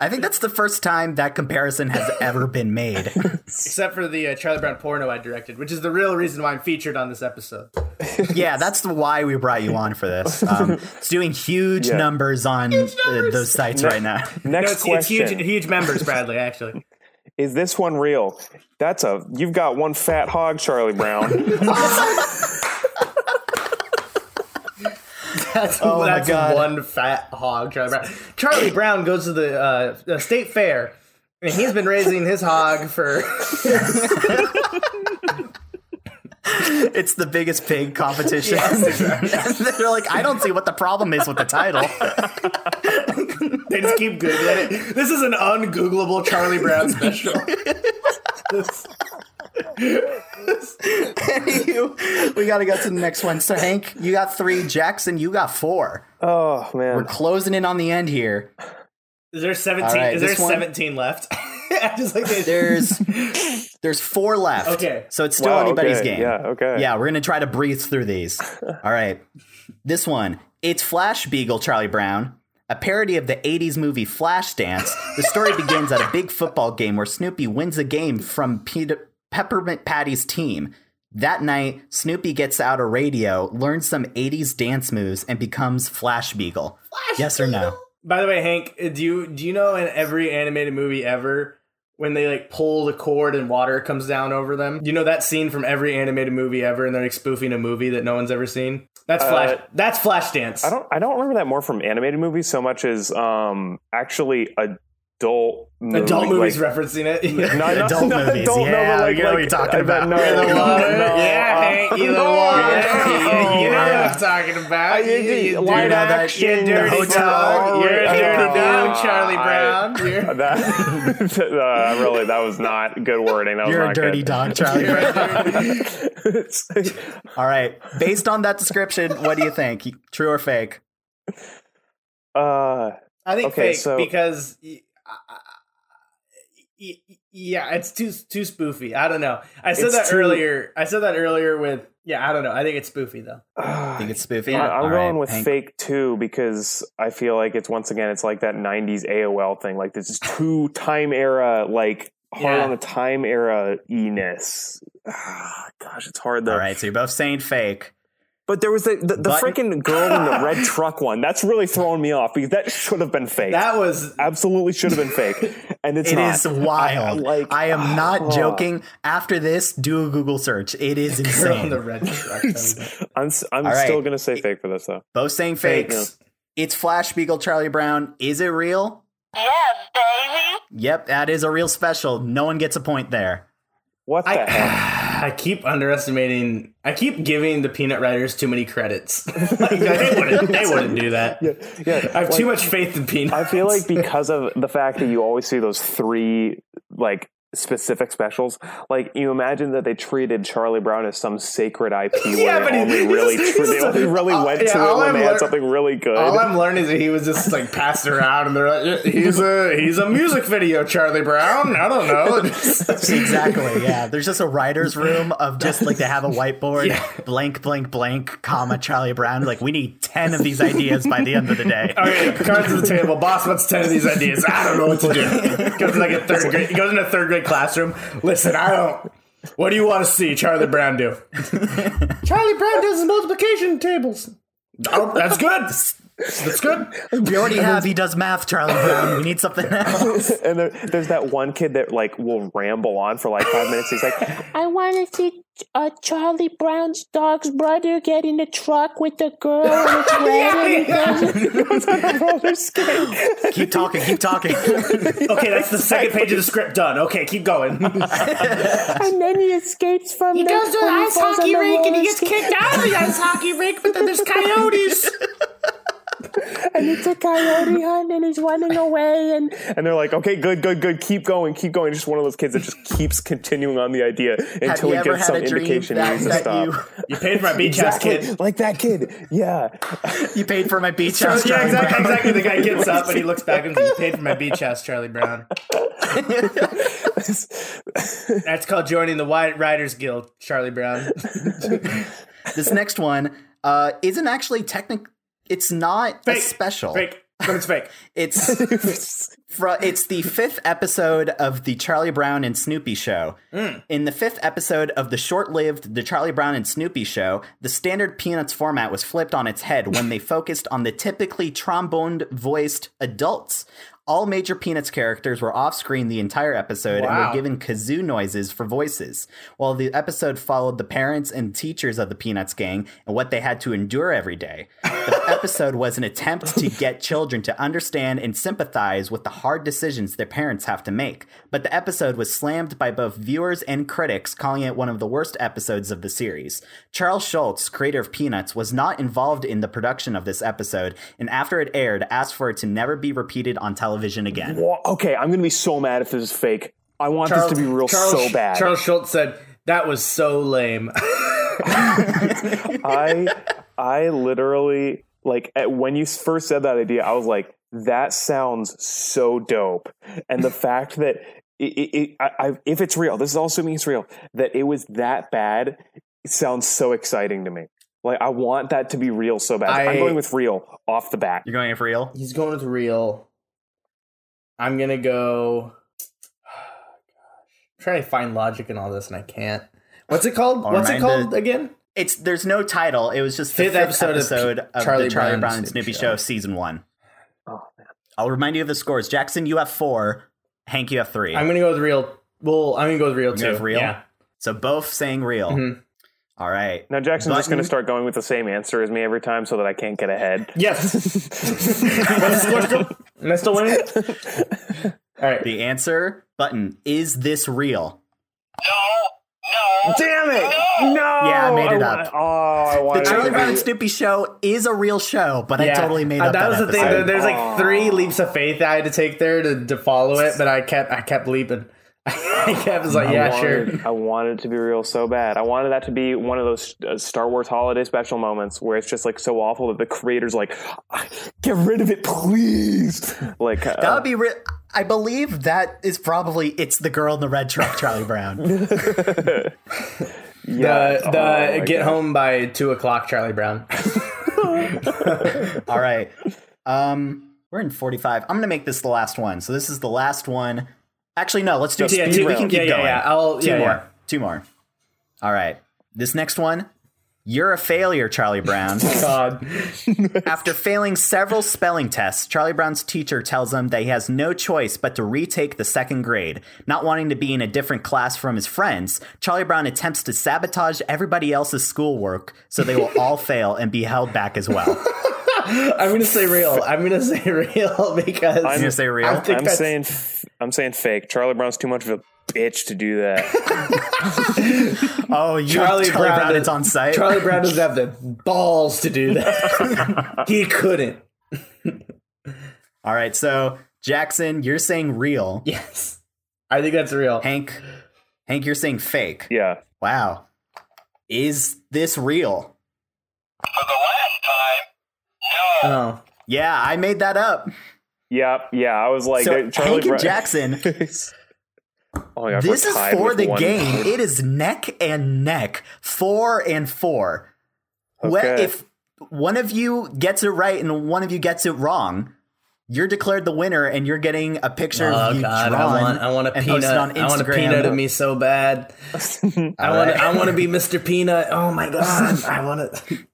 Speaker 1: I think that's the first time that comparison has ever been made.
Speaker 3: except for the uh, Charlie Brown porno I directed, which is the real reason why I'm featured on this episode.
Speaker 1: yeah, that's the why we brought you on for this. Um, it's doing huge
Speaker 2: Yeah.
Speaker 1: numbers on Uh,
Speaker 3: numbers.
Speaker 1: those sites right now.
Speaker 3: No,
Speaker 2: Next
Speaker 3: it's, it's
Speaker 2: question:
Speaker 3: huge, huge members, Bradley. Actually,
Speaker 2: Is this one real? That's a you've got one fat hog, Charlie Brown.
Speaker 3: that's,
Speaker 1: Oh my
Speaker 3: that's
Speaker 1: God.
Speaker 3: one fat hog, Charlie Brown. Charlie Brown goes to the uh, uh, state fair, and he's been raising his hog for.
Speaker 1: It's the biggest pig competition. And they're like, I don't see what the problem is with the title.
Speaker 3: they just keep googling it. This is an ungoogleable Charlie Brown special.
Speaker 1: we got to go to the next one. So, Hank, you got three. Jackson, you got four.
Speaker 2: oh
Speaker 1: We're
Speaker 2: man,
Speaker 1: closing in on the end here.
Speaker 3: Is there seventeen?
Speaker 1: All right,
Speaker 3: is there
Speaker 1: this one-
Speaker 3: seventeen left? I'm just like
Speaker 1: There's there's four left.
Speaker 3: Okay.
Speaker 1: So it's still
Speaker 2: Wow,
Speaker 1: anybody's
Speaker 2: okay,
Speaker 1: game.
Speaker 2: yeah, okay.
Speaker 1: Yeah, we're gonna try to breathe through these. All right. This one. It's Flash Beagle Charlie Brown. A parody of the 80s movie Flashdance. The story begins at a big football game where Snoopy wins a game from Peter, Peppermint Patty's team. That night, Snoopy gets out a radio, learns some 80s dance moves, and becomes Flash Beagle. yes or no?
Speaker 3: By the way, Hank, uh, do you do you know in every animated movie ever when they like pull the cord and water comes down over them? You know that scene from every animated movie ever, and they're like spoofing a movie that no one's ever seen. That's flash. that's Flashdance.
Speaker 2: Uh, I don't I don't remember that more from animated movies so much as um actually adult movie,
Speaker 3: Adult movies
Speaker 2: like-
Speaker 3: refereing it. Yeah.
Speaker 2: No, no,
Speaker 1: Adult
Speaker 2: no,
Speaker 1: movies,
Speaker 2: adult, no, but
Speaker 1: yeah, we
Speaker 2: like-
Speaker 1: get what
Speaker 2: like-
Speaker 1: you're talking
Speaker 2: I bet
Speaker 1: about.
Speaker 2: No,
Speaker 1: You're the
Speaker 2: no,
Speaker 1: water,
Speaker 2: no,
Speaker 3: yeah,
Speaker 2: uh,
Speaker 3: Hank, you the
Speaker 2: no,
Speaker 3: water.
Speaker 2: yeah.
Speaker 3: You, you know what I'm talking about. You, you, you
Speaker 2: Line
Speaker 3: dirty,
Speaker 1: that
Speaker 3: you
Speaker 1: in the
Speaker 3: dirty
Speaker 1: hotel.
Speaker 3: dog. You're a
Speaker 2: Uh,
Speaker 3: dirty dog, Charlie
Speaker 2: I-
Speaker 3: Brown. You're-
Speaker 2: That uh, really, that was not good wording. That was
Speaker 1: You're a
Speaker 2: not
Speaker 1: dirty
Speaker 2: good.
Speaker 1: dog, Charlie
Speaker 3: you're
Speaker 1: Brown.
Speaker 3: a dirty
Speaker 2: It's-
Speaker 1: All right. Based on that description, what do you think? True or fake?
Speaker 2: Uh,
Speaker 3: I think
Speaker 2: Okay,
Speaker 3: fake
Speaker 2: so-
Speaker 3: because y- I- I- y- yeah, it's too too spoofy. I don't know. I said
Speaker 2: It's
Speaker 3: that
Speaker 2: too-
Speaker 3: earlier. I said that earlier with yeah. I don't know. I think it's spoofy though.
Speaker 1: I think it's spoofy.
Speaker 2: I, I'm
Speaker 1: All
Speaker 2: going
Speaker 1: right,
Speaker 2: with
Speaker 1: Hank.
Speaker 2: fake too because I feel like it's once again it's like that '90s AOL thing. Like this is too time era, like hard
Speaker 3: Yeah.
Speaker 2: on the time era eness. Ah, gosh, it's hard though.
Speaker 1: All right, so you're both saying fake.
Speaker 2: But there was the the, the
Speaker 1: But-
Speaker 2: freaking girl in the red truck one. That's really throwing me off because that should have been fake.
Speaker 3: That was
Speaker 2: absolutely should have been fake, and it's
Speaker 1: It
Speaker 2: not.
Speaker 1: is wild.
Speaker 2: I-
Speaker 1: I,
Speaker 2: like-
Speaker 1: am not
Speaker 2: Oh.
Speaker 1: joking. After this, do a Google search. It is
Speaker 3: girl in
Speaker 1: insane.
Speaker 3: the red truck. That
Speaker 2: I'm s- I'm
Speaker 1: All right.
Speaker 2: still gonna say fake for this though.
Speaker 1: Both saying fakes. It's Flash Beagle Charlie Brown. Is it real?
Speaker 5: Yes, baby.
Speaker 1: Yep, that is a real special. No one gets a point there.
Speaker 2: What the
Speaker 3: I-
Speaker 2: hell?
Speaker 3: I keep underestimating. I keep giving the peanut writers too many credits. like, they wouldn't. They wouldn't do that.
Speaker 2: Yeah, yeah.
Speaker 3: I have too
Speaker 2: like-
Speaker 3: much faith in peanuts.
Speaker 2: I feel like because of the fact that you always see those three like specific specials, like you imagine that they treated Charlie Brown as some sacred IP
Speaker 3: Yeah,
Speaker 2: where
Speaker 3: but
Speaker 2: they
Speaker 3: he-
Speaker 2: only
Speaker 3: he
Speaker 2: really,
Speaker 3: just- he
Speaker 2: tr- they
Speaker 3: just-
Speaker 2: only really
Speaker 3: uh,
Speaker 2: went
Speaker 3: yeah,
Speaker 2: to it
Speaker 3: all
Speaker 2: when
Speaker 3: I'm
Speaker 2: they had
Speaker 3: lear-
Speaker 2: something really good.
Speaker 3: All I'm learning is that he was just like passed around, and they're like, "Yeah, "He's a he's a music video, Charlie Brown." I don't know.
Speaker 1: Exactly. Yeah. There's just a writer's room of just like they have a whiteboard,
Speaker 3: Yeah.
Speaker 1: blank, blank, blank, comma, Charlie Brown. Like, we need 10 of these ideas by the end of the day.
Speaker 3: Okay, cards on the table. Boss wants ten of these ideas. I don't know what to do. Goes in like a third grade. Goes in a third grade classroom. Listen, I don't. What do you want to see Charlie Brown do? Charlie Brown does his multiplication tables. Oh, that's good. That's good.
Speaker 1: We already have he does math, Charlie Brown. We need something else.
Speaker 2: and there, there's that one kid that like will ramble on for like five minutes. He's like,
Speaker 6: I want to see uh, Charlie Brown's dog's brother get in the truck with the girl and it's red and
Speaker 1: Keep talking, keep talking.
Speaker 3: Okay, that's the second page of the script done. Okay, keep going.
Speaker 6: And then he escapes from the. when he falls on the roller skate-
Speaker 3: out of the ice hockey rink, but then there's coyotes.
Speaker 6: And it's a coyote hunt, and he's running away, and
Speaker 2: and they're like, okay, good, good, good, keep going, keep going. Just one of those kids that just keeps continuing on the idea
Speaker 1: Have
Speaker 2: until
Speaker 1: you
Speaker 2: he
Speaker 1: ever had
Speaker 2: gets some
Speaker 1: a dream
Speaker 2: indication he
Speaker 1: that,
Speaker 2: needs to
Speaker 1: that
Speaker 2: stop.
Speaker 1: you,
Speaker 3: You paid for my beach
Speaker 2: Exactly,
Speaker 3: house, kid.
Speaker 2: like that kid. Yeah.
Speaker 1: you paid for my beach house?
Speaker 3: Oh, Yeah,
Speaker 1: Charlie Brown?
Speaker 3: exactly. Exactly. The guy gets up and he looks back and says, "You paid for my beach house, Charlie Brown." That's called joining the White Riders Guild, Charlie Brown.
Speaker 1: This next one uh, isn't actually technic. It's not a
Speaker 3: Fake.
Speaker 1: special.
Speaker 3: Fake, but it's fake.
Speaker 1: It's fr- it's the fifth episode of the Charlie Brown and Snoopy show. In the fifth episode of the short-lived The Charlie Brown and Snoopy show, the standard Peanuts format was flipped on its head when they focused on the typically trombone voiced adults. All major Peanuts characters were off screen the entire episode and
Speaker 3: Wow.
Speaker 1: were given kazoo noises for voices, while the episode followed the parents and teachers of the Peanuts gang and what they had to endure every day. The episode was an attempt to get children to understand and sympathize with the hard decisions their parents have to make, but the episode was slammed by both viewers and critics, calling it one of the worst episodes of the series. Charles Schultz, creator of Peanuts, was not involved in the production of this episode, and after it aired, asked for it to never be repeated on television again.
Speaker 2: Well, okay, I'm gonna be so mad if this is fake. I want this to be real so bad.
Speaker 3: Charles Schultz said that was so lame.
Speaker 2: I I literally like at, when you first said that idea, I was like, that sounds so dope. And the fact that it, it, it, I, I, if it's real, this is also means it's real. That it was that bad it sounds so exciting to me. Like I want that to be real so bad. I,
Speaker 3: I-
Speaker 2: am going with real off the bat.
Speaker 1: You're going for real?
Speaker 3: He's going with real. I'm gonna go. I'm trying to find logic in all this, and I can't. What's it called?
Speaker 1: I'll
Speaker 3: What's it
Speaker 1: remind
Speaker 3: called
Speaker 1: the-
Speaker 3: again?
Speaker 1: It's there's no title. It was just the
Speaker 3: Fifth
Speaker 1: fifth
Speaker 3: episode
Speaker 1: episode,
Speaker 3: of
Speaker 1: of,
Speaker 3: P- Charlie
Speaker 1: the Charlie
Speaker 3: Brown
Speaker 1: Brown,
Speaker 3: and
Speaker 1: and Snoopy
Speaker 3: Snoopy
Speaker 1: show.
Speaker 3: Show.
Speaker 1: season one.
Speaker 2: Oh, man.
Speaker 1: I'll remind you of the scores. Jackson, you have four. Hank, you have 3
Speaker 3: I'm gonna go with real. Well, I'm gonna go with real
Speaker 1: You
Speaker 3: too.
Speaker 1: have real?
Speaker 3: Yeah.
Speaker 1: so both saying real.
Speaker 3: Mhm.
Speaker 1: All right.
Speaker 2: Now Jackson's just
Speaker 1: Button.
Speaker 2: going to start going with the same answer as me every time so that I can't get ahead.
Speaker 3: Yes. What's the score still? Am I still winning? All right.
Speaker 1: The answer button is this real?
Speaker 5: No,
Speaker 2: Damn it! No.
Speaker 1: Yeah, I made it
Speaker 2: wa-
Speaker 1: up.
Speaker 2: Oh, I
Speaker 1: The
Speaker 2: wanted
Speaker 1: Charlie
Speaker 2: it to
Speaker 1: Brown
Speaker 2: be-
Speaker 1: and Snoopy show is a real show, but I
Speaker 3: Yeah.
Speaker 1: totally made
Speaker 3: Uh,
Speaker 1: up
Speaker 3: that
Speaker 1: that.
Speaker 3: was the thing.
Speaker 1: episode.
Speaker 3: there- There's like three leaps of faith I had to take there to, to follow it, but I kept I kept leaping. Kevin's like, yeah,
Speaker 2: I
Speaker 3: sure.
Speaker 2: wanted, I wanted it to be real so bad. I wanted that to be one of those uh, Star Wars holiday special moments where it's just like so awful that the creator's like, "Ah, get rid of it, please. Like, uh,
Speaker 1: That would be. Re- I believe that is probably it's the girl in the red truck, Charlie Brown.
Speaker 2: yeah,
Speaker 3: the the
Speaker 2: Oh my
Speaker 3: get
Speaker 2: God.
Speaker 3: home by two o'clock, Charlie Brown.
Speaker 1: All right, um, we're in forty-five. I'm gonna make this the last one. So this is the last one. Actually, no. Let's do.
Speaker 3: yeah,
Speaker 1: speed
Speaker 3: two-
Speaker 1: round. we can
Speaker 3: yeah,
Speaker 1: keep
Speaker 3: yeah,
Speaker 1: going.
Speaker 3: yeah. I'll-
Speaker 1: two
Speaker 3: yeah,
Speaker 1: more.
Speaker 3: yeah.
Speaker 1: Two more. All right. This next one. You're a failure, Charlie Brown.
Speaker 3: God,
Speaker 1: After failing several spelling tests, Charlie Brown's teacher tells him that he has no choice but to retake the second grade. Not wanting to be in a different class from his friends, Charlie Brown attempts to sabotage everybody else's schoolwork so they will all fail and be held back as well.
Speaker 3: I'm gonna say real. I'm gonna say real because
Speaker 1: I'm gonna say real.
Speaker 3: I think
Speaker 2: I'm
Speaker 3: that's-
Speaker 2: saying, f- I'm saying fake. Charlie Brown's too much of a bitch to do that.
Speaker 1: oh, you Charlie, Brown, it's on site.
Speaker 3: Charlie Brown doesn't have the balls to do that. he couldn't.
Speaker 1: all right, so Jackson, you're saying real.
Speaker 3: Yes, I think that's real.
Speaker 1: Hank, Hank, you're saying fake.
Speaker 2: yeah,
Speaker 1: Wow, is this real?
Speaker 5: For the last time, no.
Speaker 3: Oh,
Speaker 1: Yeah, I made that up.
Speaker 2: yeah, yeah. I was like,
Speaker 1: so
Speaker 2: they- Charlie
Speaker 1: Hank and
Speaker 2: Brown.
Speaker 1: Jackson
Speaker 2: Oh my God,
Speaker 1: This
Speaker 2: we're
Speaker 1: is
Speaker 2: tied
Speaker 1: for
Speaker 2: with
Speaker 1: the
Speaker 2: one.
Speaker 1: game. It is neck and neck, four and four. Wh-
Speaker 2: Okay.
Speaker 1: if one of you gets it right and one of you gets it wrong, you're declared the winner, and you're getting a picture of
Speaker 3: oh
Speaker 1: you
Speaker 3: God! I
Speaker 1: drawn
Speaker 3: want I want a
Speaker 1: and posted on
Speaker 3: peanut. I want a
Speaker 1: Instagram.
Speaker 3: peanut of me so bad. I want to I want to be Mr. Peanut. Oh my God! I want to.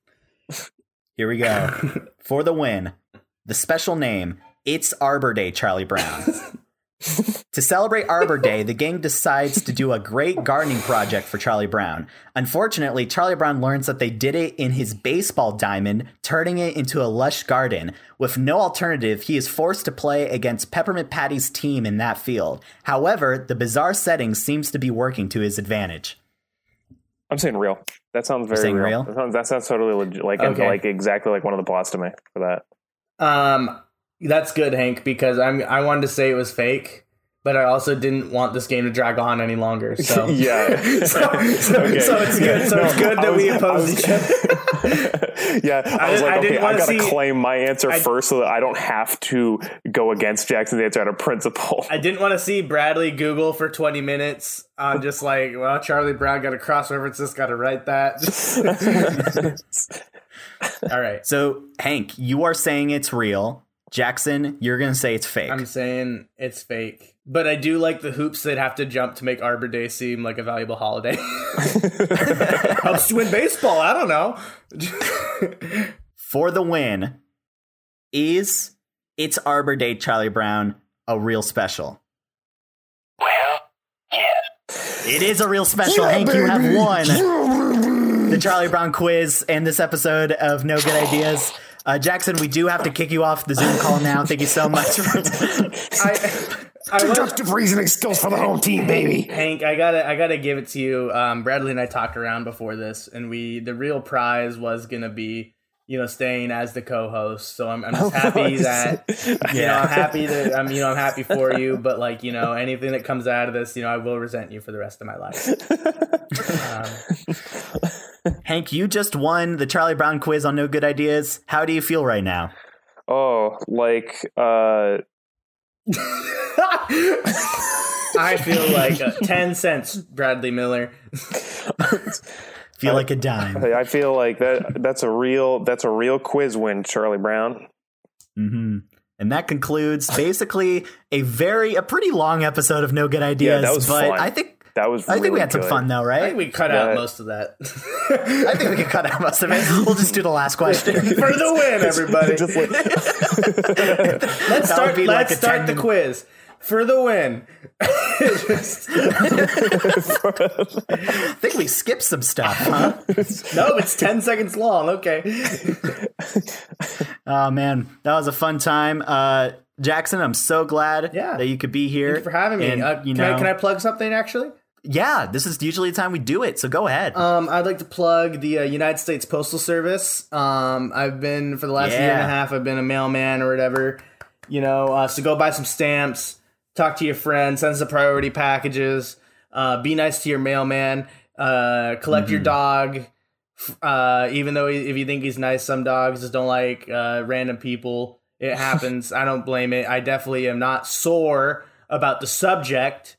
Speaker 1: Here we go for the win. The special name. It's Arbor Day, Charlie Brown. To celebrate Arbor Day, the gang decides to do a great gardening project for Charlie Brown. Unfortunately, Charlie Brown learns that they did it in his baseball diamond, turning it into a lush garden. With no alternative, he is forced to play against Peppermint Patty's team in that field. However, the bizarre setting seems to be working to his advantage.
Speaker 2: I'm saying real. That sounds very
Speaker 1: saying real?
Speaker 2: real. That, sounds, that sounds totally legit. Like,
Speaker 3: Okay.
Speaker 2: like exactly like one of the plots to me for that.
Speaker 3: Um, that's good, Hank, because I'm I wanted to say it was fake, but I also didn't want this game to drag on any longer. So
Speaker 2: Yeah.
Speaker 3: So, so, so it's good. So it's good that we opposed each other.
Speaker 2: other. yeah, I, was
Speaker 3: I-
Speaker 2: like,
Speaker 3: I didn't
Speaker 2: okay, I
Speaker 3: wanna
Speaker 2: gotta
Speaker 3: see-
Speaker 2: claim my answer first so that I don't have to go against Jackson's answer out of principle.
Speaker 3: I didn't want to see Bradley Google for 20 minutes on just like, well, Charlie Brown got to cross reference this, got to write that. All right.
Speaker 1: So, Hank, you are saying it's real. Jackson, you're going to say it's fake.
Speaker 3: I'm saying it's fake. But I do like the hoops that have to jump to make Arbor Day seem like a valuable holiday. Helps to win baseball. I don't know.
Speaker 1: for the win is it's Arbor Day Charlie Brown a real special?
Speaker 5: Well, yeah.
Speaker 1: It is a real special. Hank, you have won the Charlie Brown quiz and this episode of No Good Ideas. Uh, Jackson, we do have to kick you off the Zoom call now. Thank you so much. For-
Speaker 3: I, I was,
Speaker 7: reasoning skills for the whole team, baby.
Speaker 3: Hank, I gotta, I gotta give it to you. Um, Bradley and I talked around before this, and we, the real prize was gonna be, you know, staying as the co-host. So I'm, I'm just happy that, you know, I'm happy that I'm, you know, I'm happy for you. But like, you know, anything that comes out of this, you know, I will resent you for the rest of my life. Um,
Speaker 1: Hank, you just won the Charlie Brown quiz on No Good Ideas. How do you feel right now?
Speaker 2: oh, like uh
Speaker 3: I feel like uh, ten cents, Bradley Miller.
Speaker 1: Feel like a dime.
Speaker 2: I feel like that that's a real that's a real quiz win, Charlie Brown.
Speaker 1: hmm And that concludes basically a very, a pretty long episode of No Good
Speaker 2: Yeah,
Speaker 1: Ideas.
Speaker 2: that was
Speaker 1: but
Speaker 2: fun.
Speaker 1: I think,
Speaker 2: That was
Speaker 1: I think we
Speaker 2: really
Speaker 1: had some
Speaker 2: good.
Speaker 1: fun though,
Speaker 3: I
Speaker 1: right?
Speaker 3: think we cut
Speaker 2: Yeah.
Speaker 3: out most of that.
Speaker 1: I think we can cut out most of it. We'll just do the last question.
Speaker 3: for the win, everybody.
Speaker 2: Just like-
Speaker 3: Let's
Speaker 1: That would
Speaker 3: start.
Speaker 1: be
Speaker 3: Let's
Speaker 1: like a
Speaker 3: start
Speaker 1: 10
Speaker 3: the quiz for the win. Just-
Speaker 1: I think we skipped some stuff, huh?
Speaker 3: no, it's ten seconds long. Okay,
Speaker 1: Oh man, that was a fun time. Uh, Jackson, I'm so glad
Speaker 3: Yeah.
Speaker 1: that you could be here
Speaker 3: for having me.
Speaker 1: And,
Speaker 3: uh,
Speaker 1: you
Speaker 3: can,
Speaker 1: know,
Speaker 3: I, can I plug something actually?
Speaker 1: yeah, this is usually the time we do it, so go ahead.
Speaker 3: Um, I'd like to plug the uh, United States Postal Service. Um, I've been for the last year and
Speaker 1: Yeah.
Speaker 3: a half. I've been a mailman or whatever. You know, uh, so go buy some stamps. talk to your friends, sends the priority packages, uh, be nice to your mailman, uh, collect your dog. f- Uh, even though he- if you think he's nice, some dogs just don't like uh, random people. It happens. I don't blame it. I definitely am not sore about the subject,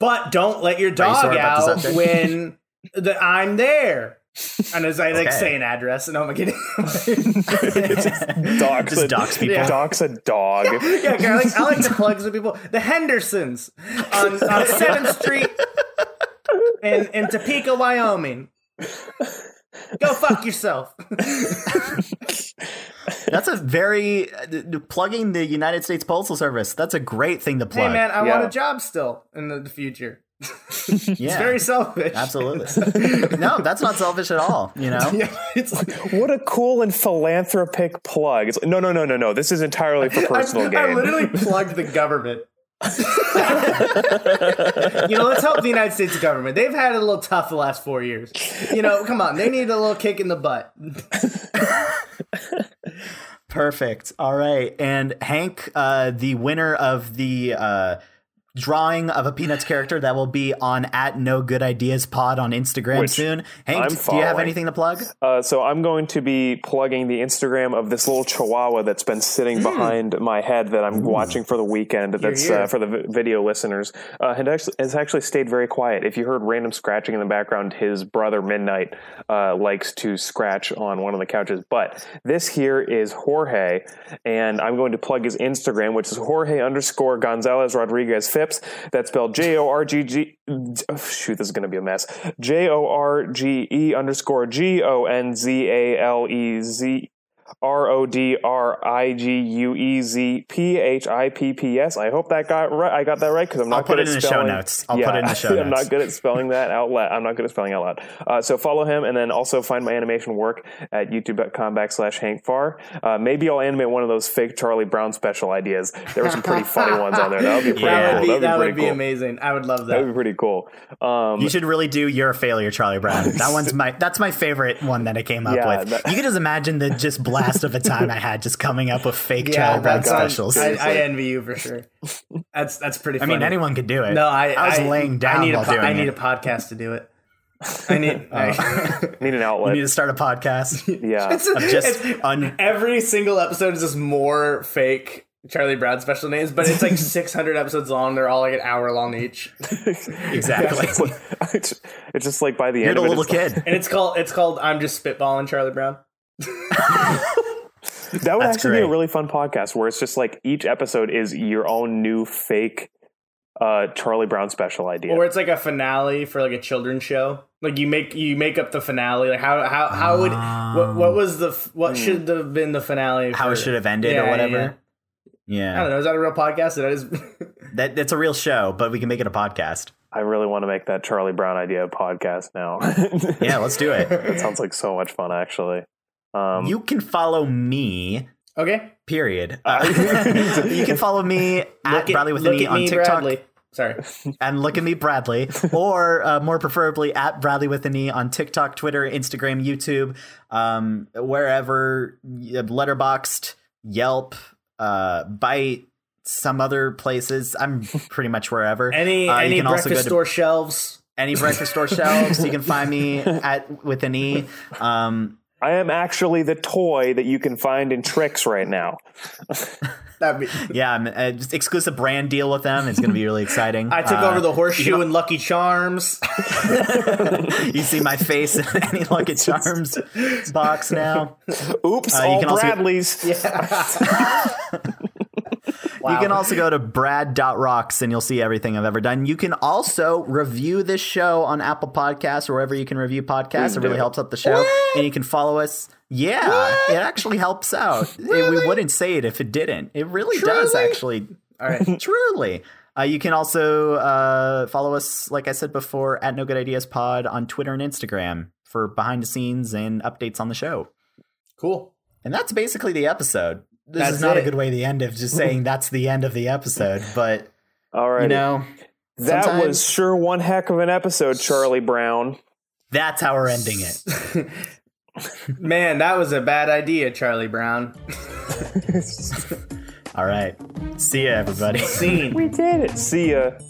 Speaker 3: but don't let your
Speaker 1: you sore
Speaker 3: dog
Speaker 1: about the
Speaker 3: out
Speaker 1: subject?
Speaker 3: when the, I'm there. And as I like
Speaker 1: Okay.
Speaker 3: say an address, and I'm like,
Speaker 2: Dogs
Speaker 1: Just
Speaker 2: a,
Speaker 1: dox people.
Speaker 3: Yeah.
Speaker 2: Dogs a dog.
Speaker 3: yeah, I like, I like to plug some people. The Hendersons on, on 7th Street in, in Topeka, Wyoming. Go fuck yourself.
Speaker 1: That's a very uh, th- th- plugging the United States Postal Service. That's a great thing to plug.
Speaker 3: Hey, man, I want
Speaker 2: Yeah.
Speaker 3: a job still in the, the future.
Speaker 1: yeah,
Speaker 3: It's very selfish.
Speaker 1: absolutely. no, that's not selfish at all. You know,
Speaker 3: Yeah, it's like,
Speaker 2: What a cool and philanthropic plug. It's like, no, no, no, no, no. This is entirely for
Speaker 3: I,
Speaker 2: personal gain.
Speaker 3: I literally plugged the government. you know, let's help the United States government. They've had it a little tough the last four years. You know, come on, they need a little kick in the butt.
Speaker 1: perfect. All right, and Hank, uh, the winner of the. Uh, Drawing of a Peanuts character that will be on at No Good Ideas Pod on Instagram
Speaker 2: Which
Speaker 1: soon. Hank,
Speaker 2: I'm
Speaker 1: do you have
Speaker 2: following.
Speaker 1: anything to plug?
Speaker 2: Uh, so I'm going to be plugging the Instagram of this little chihuahua that's been
Speaker 3: Hmm.
Speaker 2: sitting behind my head that I'm watching for the weekend. That's
Speaker 3: here.
Speaker 2: Uh, for the vi- video listeners. Uh, it actually, has actually stayed very quiet. If you heard random scratching in the background, his brother Midnight uh, likes to scratch on one of the couches. But this here is Jorge, and I'm going to plug his Instagram, which is Jorge underscore Gonzalez Rodriguez Phipps. That's spelled J O R G G. oh, Shoot, this is going to be a mess. J O R G E underscore G O N Z A L E Z. R O D R I G U E Z P H I P P S. I hope that got right. I got that right because I'm not
Speaker 1: I'll put it
Speaker 2: good at
Speaker 1: in the show
Speaker 2: spelling.
Speaker 1: notes. I'll put it in the show
Speaker 2: I'm
Speaker 1: notes.
Speaker 2: not good at spelling that out loud. I'm not good at spelling out loud. Uh, so follow him and then also find my animation work at youtube.com backslash Hank Farr. Uh, maybe I'll animate one of those fake Charlie Brown special ideas. There were some pretty funny ones on there. That would be pretty
Speaker 3: That
Speaker 2: cool.
Speaker 3: would be,
Speaker 2: That'd
Speaker 3: that
Speaker 2: pretty
Speaker 3: would be
Speaker 2: cool.
Speaker 3: amazing. I would love that.
Speaker 2: That'd be pretty cool. Um,
Speaker 1: You should really do your failure, Charlie Brown. That one's my that's my favorite one that I came up
Speaker 2: Yeah,
Speaker 1: with.
Speaker 2: that-
Speaker 1: you can just imagine the just blast of a time I had just coming up with fake Charlie Brown
Speaker 3: that's-
Speaker 2: God.
Speaker 1: specials.
Speaker 3: I,
Speaker 1: I,
Speaker 3: I envy you for sure. That's that's pretty. Funny.
Speaker 1: mean, anyone could do it.
Speaker 3: No, I,
Speaker 1: I was
Speaker 3: I-
Speaker 1: laying down
Speaker 3: I need
Speaker 1: while
Speaker 3: a po-
Speaker 1: doing
Speaker 3: I need
Speaker 1: it.
Speaker 3: a podcast to do it. I need. I-
Speaker 2: need an
Speaker 1: you
Speaker 2: outlet.
Speaker 1: need to start a podcast
Speaker 2: yeah.
Speaker 3: it's,
Speaker 1: of just
Speaker 3: it's-
Speaker 1: un.
Speaker 3: every single episode is just more fake Charlie Brown special names, but it's like 600 episodes long. They're all like an hour long each,
Speaker 1: Exactly.
Speaker 2: It's like- it's it's just like by the
Speaker 1: You're
Speaker 2: end
Speaker 1: the
Speaker 2: of it,
Speaker 1: little
Speaker 2: it's like-
Speaker 1: kid.
Speaker 3: and it's called it's called I'm just spitballing Charlie Brown.
Speaker 2: That would
Speaker 1: That's
Speaker 2: actually be
Speaker 1: great.
Speaker 2: a really fun podcast where it's just like each episode is your own new fake uh, Charlie Brown special idea.
Speaker 3: Or it's like a finale for like a children's show. Like you make you make up the finale. Like how how how would what what was the f- what should have been the finale?
Speaker 1: Hmm. Um, How it
Speaker 3: for-
Speaker 1: should have ended
Speaker 3: Yeah,
Speaker 1: or
Speaker 3: yeah,
Speaker 1: whatever.
Speaker 3: yeah. I
Speaker 1: Yeah,
Speaker 3: don't know. Is that a real podcast? That is.
Speaker 1: that that's a real show, but we can make it a podcast.
Speaker 2: I really want to make that Charlie Brown idea podcast now.
Speaker 1: Yeah, let's do it.
Speaker 2: that sounds like so much fun, actually. Um,
Speaker 1: You can follow me
Speaker 3: okay.
Speaker 1: Period. Uh, you can follow me at Bradley with an E on TikTok
Speaker 3: Bradley. Sorry.
Speaker 1: and look at me Bradley, or uh, more preferably at Bradley with an E on TikTok, Twitter, Instagram, YouTube, um, wherever, y- Letterboxed, Yelp, uh, Bite, some other places. I'm pretty much wherever.
Speaker 3: Any
Speaker 1: Uh, you
Speaker 3: any
Speaker 1: can also go
Speaker 3: breakfast
Speaker 1: to-
Speaker 3: store shelves?
Speaker 1: any breakfast store shelves. You can find me at with an E. Um,
Speaker 2: I am actually the toy that you can find in tricks right now.
Speaker 3: That'd be.
Speaker 1: yeah, I'm, uh, just exclusive brand deal with them. It's going to be really exciting.
Speaker 3: I took
Speaker 1: Uh,
Speaker 3: over the horseshoe and Lucky Charms.
Speaker 1: you see my face in any Lucky Charms box now.
Speaker 2: Oops,
Speaker 1: Uh, you
Speaker 2: all
Speaker 1: can also-
Speaker 2: Bradleys.
Speaker 1: You can also go to brad.rocks and you'll see everything I've ever done. You can also review this show on Apple Podcasts or wherever you can review podcasts. It really helps up the show. And you can follow us. Yeah, it actually helps out. It- we wouldn't say it if it didn't. It really does, actually.
Speaker 3: All right.
Speaker 1: Truly. Uh, you can also uh, follow us, like I said before, at No Good Ideas Pod on Twitter and Instagram for behind the scenes and updates on the show.
Speaker 3: Cool.
Speaker 1: And that's basically the episode. This
Speaker 3: That's
Speaker 1: is not
Speaker 3: it.
Speaker 1: a good way to end of just saying that's the end of the episode, but
Speaker 2: All right.
Speaker 1: you know,
Speaker 2: that was
Speaker 1: sometimes-
Speaker 2: sure one heck of an episode, Charlie Brown.
Speaker 1: that's how we're ending it.
Speaker 3: Man, that was a bad idea, Charlie Brown.
Speaker 1: All right. See ya, everybody.
Speaker 2: See ya.